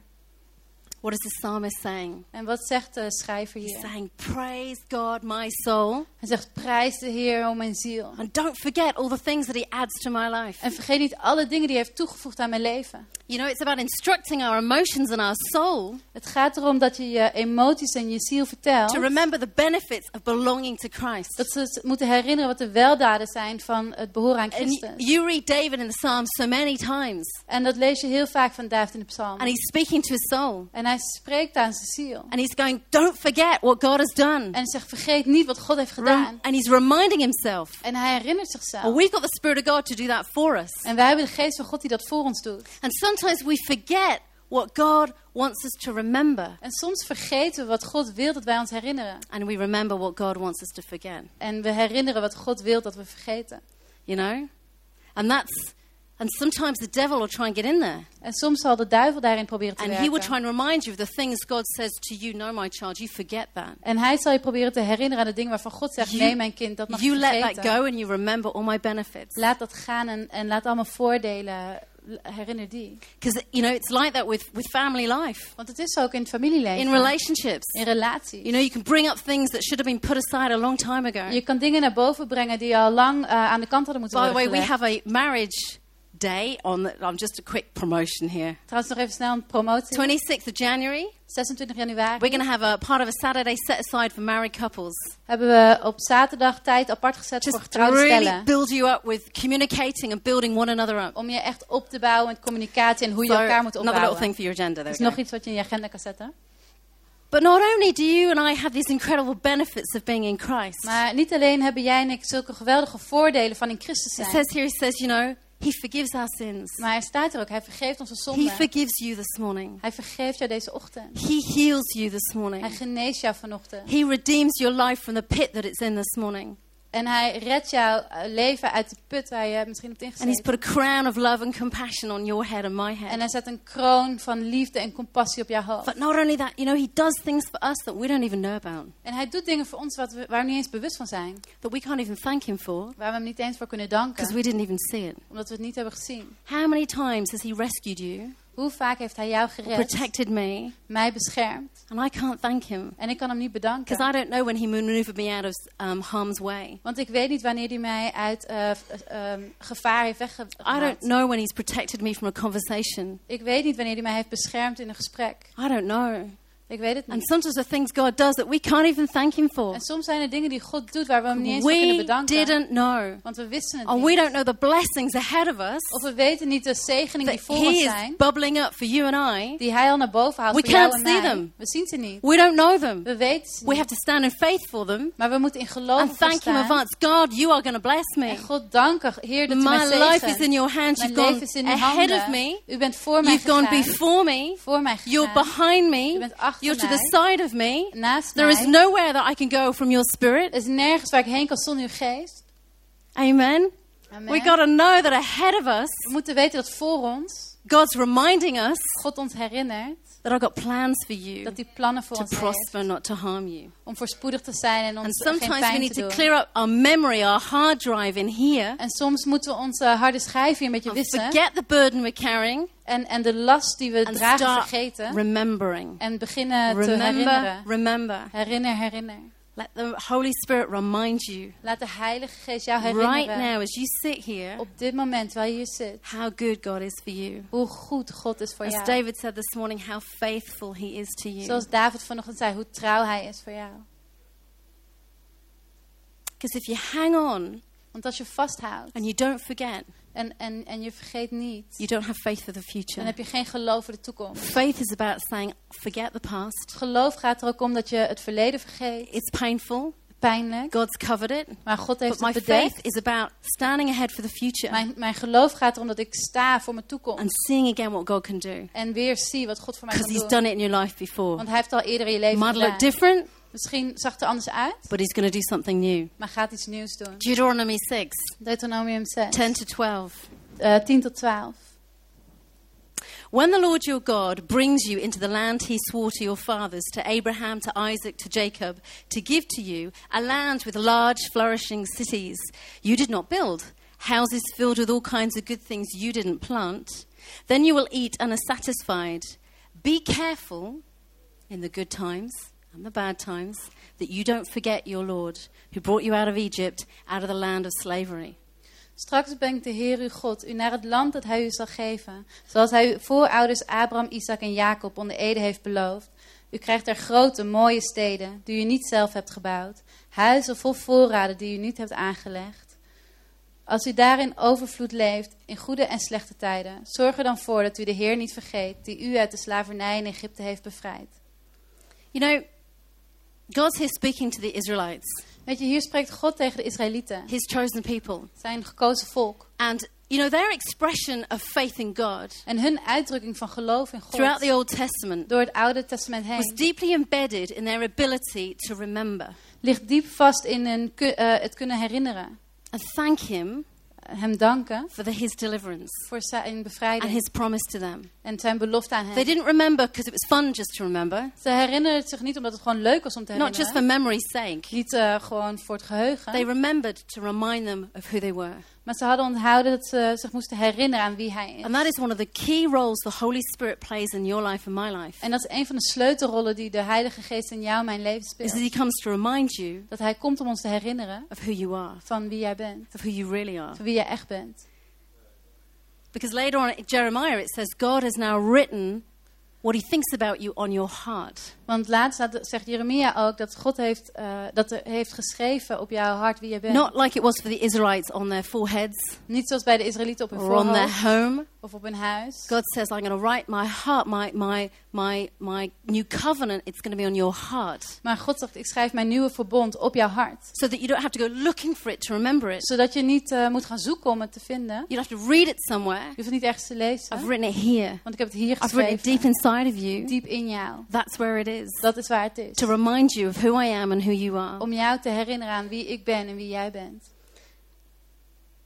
Speaker 1: What is the psalmist saying?
Speaker 2: En wat zegt de schrijver
Speaker 1: He's
Speaker 2: hier?
Speaker 1: saying, Praise God, my soul,
Speaker 2: Hij zegt, prijs de Heer, o mijn ziel.
Speaker 1: and don't forget all the things that He adds to my life.
Speaker 2: En vergeet niet alle dingen die hij heeft toegevoegd aan mijn leven.
Speaker 1: You know, it's about instructing our emotions and our soul
Speaker 2: Het gaat erom dat je je emoties en je ziel
Speaker 1: to
Speaker 2: vertelt.
Speaker 1: remember the benefits of belonging to Christ.
Speaker 2: Dat ze het moeten herinneren wat de weldaden zijn van het behoren aan
Speaker 1: And y-
Speaker 2: Christus.
Speaker 1: you read David in the Psalms so many times,
Speaker 2: En dat lees je heel vaak van David in de psalm.
Speaker 1: and he's speaking to his soul,
Speaker 2: En hij spreekt aan zijn ziel.
Speaker 1: and he's going, Don't forget what God has done.
Speaker 2: En zegt, vergeet niet wat God heeft
Speaker 1: Rem-
Speaker 2: gedaan.
Speaker 1: and he's reminding himself.
Speaker 2: En hij herinnert
Speaker 1: Well,
Speaker 2: zichzelf.
Speaker 1: we've got the Spirit of God to do that for us.
Speaker 2: En wij hebben de geest van God die dat voor ons doet.
Speaker 1: And sometimes we forget what God wants us to remember,
Speaker 2: En soms vergeten we wat God wil dat wij ons herinneren.
Speaker 1: and we remember what God wants us to forget.
Speaker 2: En we herinneren wat God wil dat we vergeten.
Speaker 1: You know? And that's, and sometimes the devil will try and get in there.
Speaker 2: En soms zal de duivel daarin proberen te
Speaker 1: And he will
Speaker 2: werken.
Speaker 1: try and remind you of the things God says to you, no, my child, you forget that.
Speaker 2: En hij zal je proberen te herinneren aan de dingen waarvan God zegt:
Speaker 1: You-
Speaker 2: nee, mijn kind, dat mag je
Speaker 1: You let
Speaker 2: vergeten.
Speaker 1: that go and you remember all my benefits.
Speaker 2: Laat dat gaan en, en laat allemaal voordelen. Herinner die.
Speaker 1: Because, you know, it's like that with, with family life,
Speaker 2: Want het is zo ook in het familieleven.
Speaker 1: in relationships.
Speaker 2: in relaties.
Speaker 1: You know, you can bring up things that should have been put aside a long time ago.
Speaker 2: je kan dingen naar boven brengen die je al lang eh, aan de kant hadden moeten
Speaker 1: By the
Speaker 2: worden
Speaker 1: way, we
Speaker 2: gelegd.
Speaker 1: have a marriage day on. The, I'm just a quick promotion here.
Speaker 2: Trouwens, nog even snel een promotie.
Speaker 1: 26th of January,
Speaker 2: 26 januari
Speaker 1: we're going to have a part of a Saturday set aside for married couples.
Speaker 2: hebben we op zaterdag tijd apart gezet voor
Speaker 1: Just to
Speaker 2: getrouwde
Speaker 1: really
Speaker 2: stellen.
Speaker 1: build you up with communicating and building one another up.
Speaker 2: Om je echt op te bouwen met communicatie en hoe je
Speaker 1: So,
Speaker 2: elkaar moet
Speaker 1: another little
Speaker 2: opbouwen.
Speaker 1: thing for your agenda there.
Speaker 2: is nog iets wat je in je agenda kan zetten.
Speaker 1: But not only do you and I have these incredible benefits of being in Christ,
Speaker 2: Maar niet alleen hebben jij en ik zulke geweldige voordelen van in Christus
Speaker 1: it
Speaker 2: zijn.
Speaker 1: says here, it says, you know, He forgives our sins.
Speaker 2: Maar hij staat er ook. Hij vergeeft onze
Speaker 1: He
Speaker 2: zonden.
Speaker 1: forgives you this morning.
Speaker 2: Hij vergeeft jou deze ochtend.
Speaker 1: He heals you this
Speaker 2: Hij
Speaker 1: morning.
Speaker 2: geneest jou vanochtend.
Speaker 1: He redeems your life from the pit that it's in this morning.
Speaker 2: En hij redt jouw eh, leven uit de put waar je misschien hebt
Speaker 1: And he's
Speaker 2: ingezeten.
Speaker 1: put a crown of love and compassion on your head and my
Speaker 2: En
Speaker 1: head.
Speaker 2: hij zet een kroon van liefde en compassie op jouw hoofd.
Speaker 1: But not only that, you know, he does things for us that we don't even know about,
Speaker 2: En hij doet dingen voor ons wat we, waar we niet eens bewust van zijn.
Speaker 1: that we can't even thank him for
Speaker 2: Waar we hem niet eens voor kunnen
Speaker 1: because
Speaker 2: danken.
Speaker 1: we didn't even see it.
Speaker 2: Omdat we het niet hebben gezien.
Speaker 1: How many times has he rescued you,
Speaker 2: Hoe vaak heeft hij jou gered,
Speaker 1: protected me,
Speaker 2: mij beschermd.
Speaker 1: and I can't thank him
Speaker 2: En ik kan hem niet
Speaker 1: because
Speaker 2: bedanken.
Speaker 1: I don't know when he maneuvered me out of um, harm's way.
Speaker 2: Want ik weet niet wanneer hij mij uit eh, v- ehm, gevaar heeft
Speaker 1: I don't
Speaker 2: weggebracht.
Speaker 1: know when he's protected me from a conversation.
Speaker 2: Ik weet niet wanneer hij mij heeft beschermd in een gesprek.
Speaker 1: I don't know.
Speaker 2: Ik weet het
Speaker 1: And
Speaker 2: niet.
Speaker 1: sometimes the things God does that we can't even thank him for.
Speaker 2: En soms zijn er dingen die God doet waar we hem niet eens voor kunnen
Speaker 1: We
Speaker 2: bedanken.
Speaker 1: didn't know.
Speaker 2: Want we wisten het
Speaker 1: And we
Speaker 2: niet.
Speaker 1: don't know the blessings ahead of us.
Speaker 2: Of we weten niet de zegeningen
Speaker 1: that
Speaker 2: die voor ons
Speaker 1: he is
Speaker 2: zijn.
Speaker 1: bubbling up for you and I,
Speaker 2: Die hij al naar boven haalt
Speaker 1: We
Speaker 2: voor jou
Speaker 1: can't
Speaker 2: en
Speaker 1: see
Speaker 2: mij.
Speaker 1: them.
Speaker 2: We zien ze niet.
Speaker 1: we don't know them.
Speaker 2: We weten ze
Speaker 1: We
Speaker 2: niet.
Speaker 1: have to stand in faith for them
Speaker 2: Maar we moeten in geloof
Speaker 1: and
Speaker 2: voor
Speaker 1: thank Him in
Speaker 2: staan.
Speaker 1: advance. God, you are going to bless me.
Speaker 2: En God danken, Heer, dat u mij
Speaker 1: My life
Speaker 2: zegent.
Speaker 1: is in your hands.
Speaker 2: Mijn
Speaker 1: You've gone
Speaker 2: leven is in uw
Speaker 1: ahead
Speaker 2: handen.
Speaker 1: of me.
Speaker 2: U bent voor mij
Speaker 1: You've gone
Speaker 2: gegaan.
Speaker 1: before me.
Speaker 2: voor mij gegaan.
Speaker 1: You're behind me.
Speaker 2: U bent achter
Speaker 1: You're to the
Speaker 2: mij.
Speaker 1: side of me.
Speaker 2: Naast
Speaker 1: There
Speaker 2: mij.
Speaker 1: is nowhere that I can go from your
Speaker 2: Er
Speaker 1: spirit.
Speaker 2: is nergens waar ik heen kan zonder uw geest.
Speaker 1: Amen.
Speaker 2: Amen.
Speaker 1: We got to know that ahead of us,
Speaker 2: We moeten weten dat voor ons
Speaker 1: God's reminding us
Speaker 2: God ons herinnert
Speaker 1: that I've got plans for you
Speaker 2: dat hij plannen voor
Speaker 1: to
Speaker 2: ons heeft.
Speaker 1: prosper, not to harm you.
Speaker 2: Om voorspoedig te zijn en
Speaker 1: And
Speaker 2: ons geen
Speaker 1: sometimes we
Speaker 2: pijn
Speaker 1: need
Speaker 2: te
Speaker 1: to
Speaker 2: doen.
Speaker 1: clear up our memory, our hard drive in here.
Speaker 2: En soms moeten we onze harde schijf hier een beetje
Speaker 1: And
Speaker 2: wissen.
Speaker 1: forget the burden we're carrying
Speaker 2: En, en de last die we
Speaker 1: and
Speaker 2: dragen
Speaker 1: start
Speaker 2: vergeten.
Speaker 1: remembering.
Speaker 2: En beginnen te
Speaker 1: Remember,
Speaker 2: herinneren.
Speaker 1: remember.
Speaker 2: Herinner, herinner.
Speaker 1: Let the Holy Spirit remind you
Speaker 2: Laat de Heilige Geest jou
Speaker 1: right
Speaker 2: herinneren.
Speaker 1: now as you Oh. sit here
Speaker 2: Op dit moment waar je hier zit.
Speaker 1: how good God is for you.
Speaker 2: Hoe goed God is voor
Speaker 1: As
Speaker 2: jou.
Speaker 1: David said this morning, how faithful he is to you.
Speaker 2: Zoals David vanochtend zei, hoe trouw hij is voor jou.
Speaker 1: Because if you hang on
Speaker 2: Want als je vasthoudt
Speaker 1: and you don't forget,
Speaker 2: en, en, en je vergeet niet,
Speaker 1: you don't have faith for the
Speaker 2: dan
Speaker 1: future.
Speaker 2: heb je geen geloof voor de toekomst.
Speaker 1: Faith is about saying, forget the past.
Speaker 2: Geloof gaat er ook om dat je het verleden vergeet,
Speaker 1: It's painful.
Speaker 2: pijnlijk,
Speaker 1: God's covered it.
Speaker 2: maar God heeft
Speaker 1: But my
Speaker 2: het
Speaker 1: faith
Speaker 2: bedekt.
Speaker 1: is about standing ahead for the future
Speaker 2: Mijn, mijn geloof gaat erom dat ik sta voor mijn
Speaker 1: and
Speaker 2: toekomst
Speaker 1: seeing again what God can do.
Speaker 2: en weer zie wat God voor mij
Speaker 1: Because he's
Speaker 2: kan doen.
Speaker 1: done it in your life before.
Speaker 2: Want hij heeft al eerder in je leven
Speaker 1: Might look
Speaker 2: gedaan.
Speaker 1: different,
Speaker 2: Misschien zag het er anders uit,
Speaker 1: but he's going to do something new.
Speaker 2: maar gaat iets nieuws doen.
Speaker 1: Deuteronomy 6,
Speaker 2: Deuteronomium 6,
Speaker 1: 10 to 12.
Speaker 2: eh, 10 tot 12.
Speaker 1: When the Lord your God brings you into the land he swore to your fathers, to Abraham, to Isaac, to Jacob, to give to you a land with large, flourishing cities you did not build, houses filled with all kinds of good things you didn't plant, then you will eat and are satisfied. Be careful in the good times and the bad times that you don't forget your Lord, who brought you out of Egypt, out of the land of slavery.
Speaker 2: Straks brengt de Heer uw God u naar het land dat hij u zal geven, zoals hij uw voorouders Abraham, Isaac en Jacob onder Ede heeft beloofd. U krijgt er grote, mooie steden die u niet zelf hebt gebouwd, huizen vol voorraden die u niet hebt aangelegd. Als u daarin overvloed leeft, in goede en slechte tijden, zorg er dan voor dat u de Heer niet vergeet die u uit de slavernij in Egypte heeft bevrijd.
Speaker 1: You know, God's here speaking to the Israelites,
Speaker 2: Weet je, hier spreekt God tegen de Israëlieten,
Speaker 1: his chosen people.
Speaker 2: zijn gekozen volk.
Speaker 1: And You know, their expression of faith in God
Speaker 2: En hun uitdrukking van geloof in
Speaker 1: throughout the
Speaker 2: God
Speaker 1: Old Testament
Speaker 2: door het Oude Testament
Speaker 1: was
Speaker 2: heen
Speaker 1: deeply embedded in their ability to remember
Speaker 2: ligt diep vast in hun ku- eh, het kunnen herinneren.
Speaker 1: and thank Him
Speaker 2: Hem danken
Speaker 1: for the, His deliverance
Speaker 2: voor zijn
Speaker 1: and
Speaker 2: bevrijding
Speaker 1: His promise to them.
Speaker 2: en zijn belofte aan
Speaker 1: They
Speaker 2: hem.
Speaker 1: didn't remember because it was fun just to remember,
Speaker 2: Ze herinneren het zich niet omdat het gewoon leuk was om te
Speaker 1: not just for
Speaker 2: herinneren.
Speaker 1: memory's sake.
Speaker 2: Niet eh, gewoon voor het
Speaker 1: They
Speaker 2: geheugen.
Speaker 1: remembered to remind them of who they were.
Speaker 2: Maar ze hadden onthouden dat ze zich moesten herinneren aan wie hij
Speaker 1: And that
Speaker 2: is.
Speaker 1: is one of the key roles the Holy Spirit plays in your life and my life.
Speaker 2: En dat is een van de sleutelrollen die de Heilige Geest in jou en mijn leven
Speaker 1: Is that
Speaker 2: speelt.
Speaker 1: He comes to remind you
Speaker 2: Dat hij komt om ons te herinneren
Speaker 1: of who you are,
Speaker 2: van wie jij bent.
Speaker 1: of who you really are.
Speaker 2: Van wie jij echt bent.
Speaker 1: Because later on in Jeremiah it says, God has now written what he thinks about you on your heart.
Speaker 2: Want laatst had- zegt Jeremia ook dat God heeft, eh, dat er heeft geschreven op jouw hart wie je bent.
Speaker 1: Not like it was for the Israelites on their foreheads
Speaker 2: Niet zoals bij de Israëlieten op hun
Speaker 1: or on their
Speaker 2: voorhoofd
Speaker 1: home.
Speaker 2: of op hun huis.
Speaker 1: God says, I'm going to write my heart, my, my, my, my new covenant, it's going to be on your heart.
Speaker 2: Maar God zegt, ik schrijf mijn nieuwe verbond op jouw hart.
Speaker 1: So that you don't have to go looking for it to remember it.
Speaker 2: Zodat je niet eh, moet gaan zoeken om het te vinden.
Speaker 1: You don't have to read it somewhere.
Speaker 2: Je hoeft het niet ergens te
Speaker 1: I've
Speaker 2: lezen.
Speaker 1: written it here.
Speaker 2: Want ik heb het hier
Speaker 1: I've written it deep
Speaker 2: geschreven.
Speaker 1: inside of you.
Speaker 2: Diep in jou.
Speaker 1: That's where it is.
Speaker 2: Dat is waar het is.
Speaker 1: To remind you of who I am and who you are.
Speaker 2: Om jou te herinneren aan wie ik ben en wie jij bent.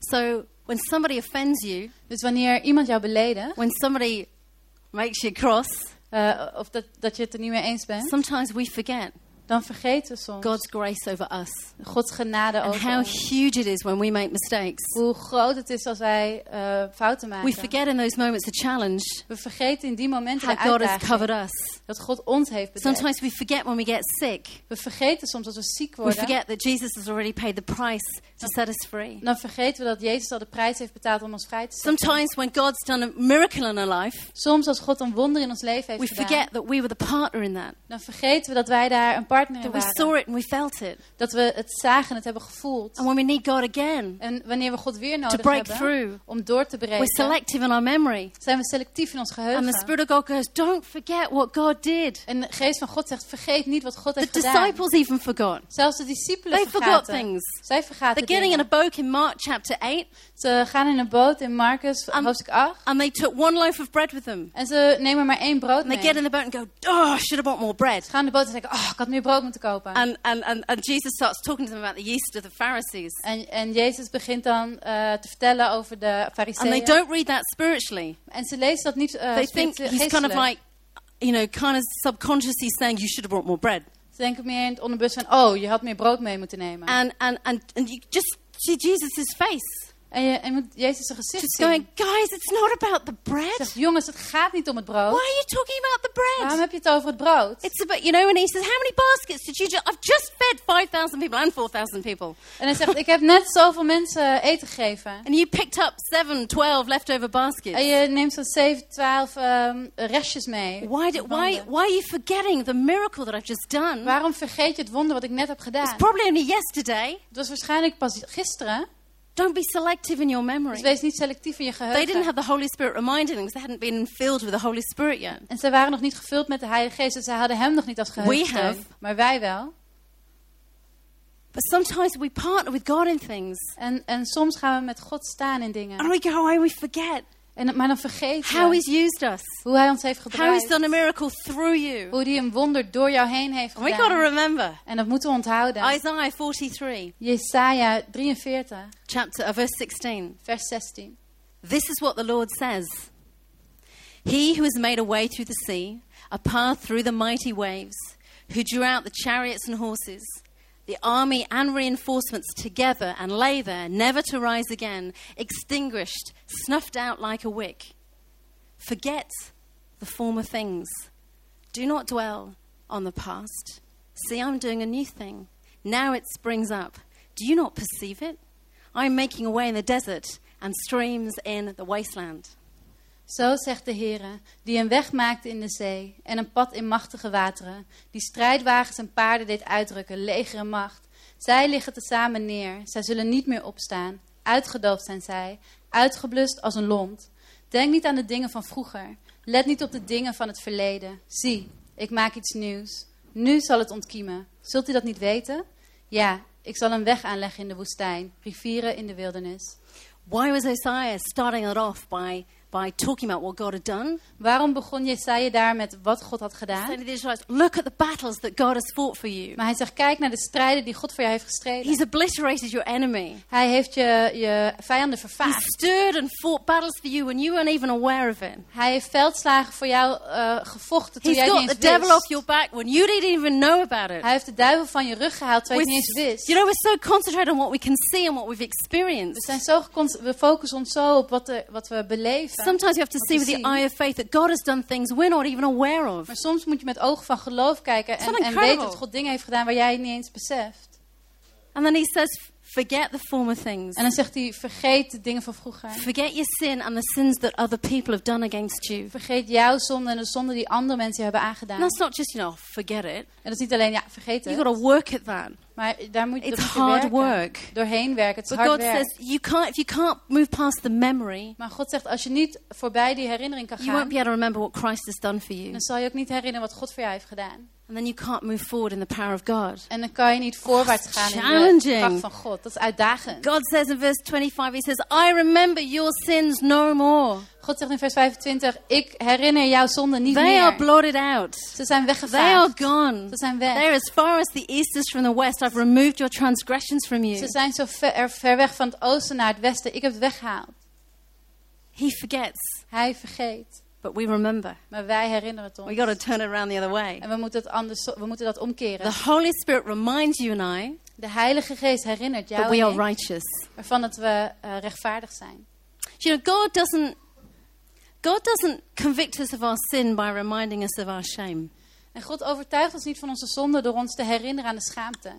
Speaker 1: So when somebody offends you,
Speaker 2: Dus wanneer iemand jou beledigt,
Speaker 1: when somebody makes you cross,
Speaker 2: eh, of dat, dat je het er niet mee eens bent,
Speaker 1: Sometimes we forget
Speaker 2: dan vergeten we soms
Speaker 1: God's grace over us
Speaker 2: Gods genade
Speaker 1: and
Speaker 2: over
Speaker 1: how
Speaker 2: ons.
Speaker 1: huge it is when we make mistakes.
Speaker 2: hoe groot het is als wij eh, fouten maken.
Speaker 1: We forget in those moments of challenge
Speaker 2: We vergeten in die momenten
Speaker 1: how
Speaker 2: de
Speaker 1: God has covered
Speaker 2: uitdaging
Speaker 1: us.
Speaker 2: dat God ons heeft bedekt.
Speaker 1: Sometimes we forget when we get sick.
Speaker 2: We vergeten soms als we ziek
Speaker 1: We
Speaker 2: worden,
Speaker 1: forget that Jesus has already paid the price to set us free.
Speaker 2: dan vergeten we dat Jezus al de prijs heeft betaald om ons vrij te zetten.
Speaker 1: Sometimes when God's done a miracle in our life,
Speaker 2: Soms als God een wonder in ons leven
Speaker 1: we
Speaker 2: heeft gedaan,
Speaker 1: forget that we were the partner in that,
Speaker 2: dan vergeten we dat wij daar een partner in
Speaker 1: that we
Speaker 2: waren.
Speaker 1: saw it and we felt it.
Speaker 2: Dat we het zagen en het hebben gevoeld.
Speaker 1: And when we need God again
Speaker 2: En wanneer we God weer
Speaker 1: to
Speaker 2: nodig
Speaker 1: break
Speaker 2: hebben
Speaker 1: through,
Speaker 2: om door te
Speaker 1: we're
Speaker 2: breken,
Speaker 1: selective in our memory.
Speaker 2: zijn we selectief in ons
Speaker 1: And the
Speaker 2: geheugen.
Speaker 1: Spirit of God goes, don't forget what God did.
Speaker 2: En de geest van God zegt, vergeet niet wat God
Speaker 1: The
Speaker 2: heeft gedaan.
Speaker 1: disciples even forgot.
Speaker 2: Zelfs de discipelen
Speaker 1: They forgot
Speaker 2: vergaten.
Speaker 1: things.
Speaker 2: Zij
Speaker 1: They're
Speaker 2: vergaten
Speaker 1: getting in
Speaker 2: dingen.
Speaker 1: a boat in Mark chapter 8,
Speaker 2: Ze gaan in een boot in Marcus,
Speaker 1: Am-
Speaker 2: hoofdstuk 8.
Speaker 1: and they took one loaf of bread with them.
Speaker 2: En ze nemen maar één brood
Speaker 1: And they
Speaker 2: mee.
Speaker 1: get in the boat and go, oh, I should have bought more bread.
Speaker 2: Ze gaan in de boot en zeggen, oh, ik had meer brood moeten kopen.
Speaker 1: And, and, and, and Jesus starts talking to them about the yeast of the Pharisees.
Speaker 2: En, en Jezus begint dan eh, te vertellen over de
Speaker 1: And they
Speaker 2: fariseeën.
Speaker 1: don't read that spiritually.
Speaker 2: En ze lezen dat niet eh
Speaker 1: They think
Speaker 2: spiritu-
Speaker 1: he's kind of
Speaker 2: geestelijk.
Speaker 1: like, you know, kind of subconsciously saying, you should have brought more bread.
Speaker 2: Ze denken meer in het onderbus van, oh, je had meer brood mee moeten nemen.
Speaker 1: And, and, and, and you just see Jesus' face.
Speaker 2: en, je, en je moet Jezus zijn gezicht
Speaker 1: Just
Speaker 2: zien.
Speaker 1: going, guys, it's not about the bread.
Speaker 2: Zegt, jongens, het gaat niet om het brood.
Speaker 1: Why are you talking about the bread?
Speaker 2: Waarom heb je het over het brood?
Speaker 1: It's about, you know, and he says, How many baskets did you just, I've just fed 5,000 people and 4,000 people.
Speaker 2: En hij zegt, ik heb net zoveel mensen eten gegeven.
Speaker 1: And you picked up seven, 12 leftover baskets.
Speaker 2: En je neemt zo'n 7, 12 ehm, restjes mee.
Speaker 1: why, do, why,
Speaker 2: Handen.
Speaker 1: why are you forgetting the miracle that I've just done?
Speaker 2: Waarom vergeet je het wonder wat ik net heb
Speaker 1: It's
Speaker 2: gedaan?
Speaker 1: probably only yesterday.
Speaker 2: Het was waarschijnlijk pas gisteren.
Speaker 1: Don't be selective in your memory.
Speaker 2: Dus wees niet selectief in je
Speaker 1: They didn't have
Speaker 2: geheugen.
Speaker 1: the Holy Spirit reminding them because they hadn't been filled with the Holy Spirit yet.
Speaker 2: En zij waren nog niet gevuld met de Heilige Geest. Dus zij hadden hem nog niet als
Speaker 1: have.
Speaker 2: geheugen. Maar wij wel.
Speaker 1: But sometimes we partner with God in things.
Speaker 2: En, en soms gaan we met God staan in
Speaker 1: And
Speaker 2: dingen.
Speaker 1: we go away, we forget
Speaker 2: En, maar dan vergeten
Speaker 1: how
Speaker 2: we
Speaker 1: He's used us,
Speaker 2: hoe hij ons heeft
Speaker 1: how He's
Speaker 2: gebruikt.
Speaker 1: done a miracle through you.
Speaker 2: Hoe hij een wonder door jou heen heeft
Speaker 1: And we got to
Speaker 2: gedaan.
Speaker 1: remember
Speaker 2: En dat moeten we onthouden.
Speaker 1: Isaiah 43.
Speaker 2: Jesaja 43,
Speaker 1: chapter uh, verse 16
Speaker 2: vers 16.
Speaker 1: this is what the lord says he who has made a way through the sea a path through the mighty waves who drew out the chariots and horses the army and reinforcements together and lay there never to rise again extinguished snuffed out like a wick forget the former things do not dwell on the past see i'm doing a new thing now it springs up do you not perceive it i'm making a way in the desert and streams in the wasteland
Speaker 2: Zo zegt de Heere, die een weg maakte in de zee en een pad in machtige wateren, die strijdwagens en paarden deed uitrukken, leger en macht. Zij liggen tezamen neer, zij zullen niet meer opstaan. Uitgedoofd zijn zij, uitgeblust als een lont. Denk niet aan de dingen van vroeger, let niet op de dingen van het verleden. Zie, ik maak iets nieuws. Nu zal het ontkiemen. Zult u dat niet weten? Ja, ik zal een weg aanleggen in de woestijn, rivieren in de wildernis.
Speaker 1: Why was Isaiah starting it off by, by talking about what God had done?
Speaker 2: Waarom begon Jesaja daar met wat God had gedaan?
Speaker 1: Saying to the Israelites, look at the battles that God has fought for you.
Speaker 2: Maar hij zegt, kijk naar de strijden die God voor jou heeft gestreden.
Speaker 1: He's obliterated your enemy.
Speaker 2: Hij heeft je, je vijanden
Speaker 1: He
Speaker 2: vervaagd.
Speaker 1: stirred and fought battles for you when you weren't even aware of it.
Speaker 2: Hij heeft veldslagen voor jou eh, gevochten toen
Speaker 1: He's
Speaker 2: jij het
Speaker 1: got
Speaker 2: niet
Speaker 1: the
Speaker 2: eens
Speaker 1: devil
Speaker 2: wist.
Speaker 1: off your back when you didn't even know about it.
Speaker 2: Hij heeft de duivel van je rug gehaald terwijl je het niet
Speaker 1: We're-
Speaker 2: eens wist.
Speaker 1: you know, we're so concentrated on what we can see and what we've
Speaker 2: we,
Speaker 1: experienced.
Speaker 2: zijn zo gecon- we focussen ons zo op wat, er- wat we beleven.
Speaker 1: Sometimes you have to
Speaker 2: Wat
Speaker 1: see
Speaker 2: we
Speaker 1: with the
Speaker 2: zien.
Speaker 1: eye of faith that God has done things we're not even aware of.
Speaker 2: maar soms moet je met ogen van geloof kijken
Speaker 1: It's
Speaker 2: en, en
Speaker 1: incredible.
Speaker 2: weten dat God dingen heeft gedaan waar jij het niet eens beseft.
Speaker 1: And then he says, forget the former things.
Speaker 2: En dan zegt hij, vergeet de dingen van vroeger.
Speaker 1: Forget your sin and the sins that other people have done against you.
Speaker 2: Vergeet jouw zonde en de zonde die andere mensen je hebben aangedaan.
Speaker 1: And that's not just, you know, forget it.
Speaker 2: En dat is niet alleen, ja, vergeet
Speaker 1: You've got to
Speaker 2: het.
Speaker 1: work at that.
Speaker 2: Maar daar moet, dat
Speaker 1: It's
Speaker 2: moet je
Speaker 1: hard
Speaker 2: werken.
Speaker 1: work.
Speaker 2: Doorheen werken, het is
Speaker 1: But
Speaker 2: hard
Speaker 1: God
Speaker 2: werk.
Speaker 1: says, you can't, if you can't move past the memory,
Speaker 2: Maar God zegt, als je niet voorbij die herinnering kan
Speaker 1: you
Speaker 2: gaan,
Speaker 1: won't be able to remember what Christ has done for you.
Speaker 2: dan zal je ook niet herinneren wat God voor jou heeft gedaan.
Speaker 1: And then you can't move forward in the power of God.
Speaker 2: En dan kan je niet voorwaarts gaan in de
Speaker 1: Challenging.
Speaker 2: kracht van God. Dat is uitdagend.
Speaker 1: God says in verse 25, He says, I remember your sins no more.
Speaker 2: God zegt in vers 25, ik herinner jouw zonde niet
Speaker 1: They are
Speaker 2: meer.
Speaker 1: blotted out.
Speaker 2: Ze zijn
Speaker 1: They are
Speaker 2: weggevaagd.
Speaker 1: gone.
Speaker 2: Ze zijn weg.
Speaker 1: They're as far as the east is from the west. I've removed your transgressions from you.
Speaker 2: Ze zijn zo ver, ver weg van het oosten naar het westen. Ik heb het weggehaald.
Speaker 1: He forgets,
Speaker 2: Hij vergeet.
Speaker 1: but we remember.
Speaker 2: Maar wij herinneren het
Speaker 1: We
Speaker 2: ons.
Speaker 1: got to turn it around the other way.
Speaker 2: En we moeten, het anders, we moeten dat
Speaker 1: The
Speaker 2: omkeren.
Speaker 1: Holy Spirit reminds you and I
Speaker 2: De Heilige Geest herinnert
Speaker 1: that
Speaker 2: jou
Speaker 1: we
Speaker 2: en
Speaker 1: are
Speaker 2: ik
Speaker 1: righteous.
Speaker 2: ervan dat we eh, rechtvaardig zijn.
Speaker 1: You know, God doesn't God doesn't convict us of our sin by reminding us of our shame.
Speaker 2: En God overtuigt ons niet van onze zonde door ons te herinneren aan de schaamte.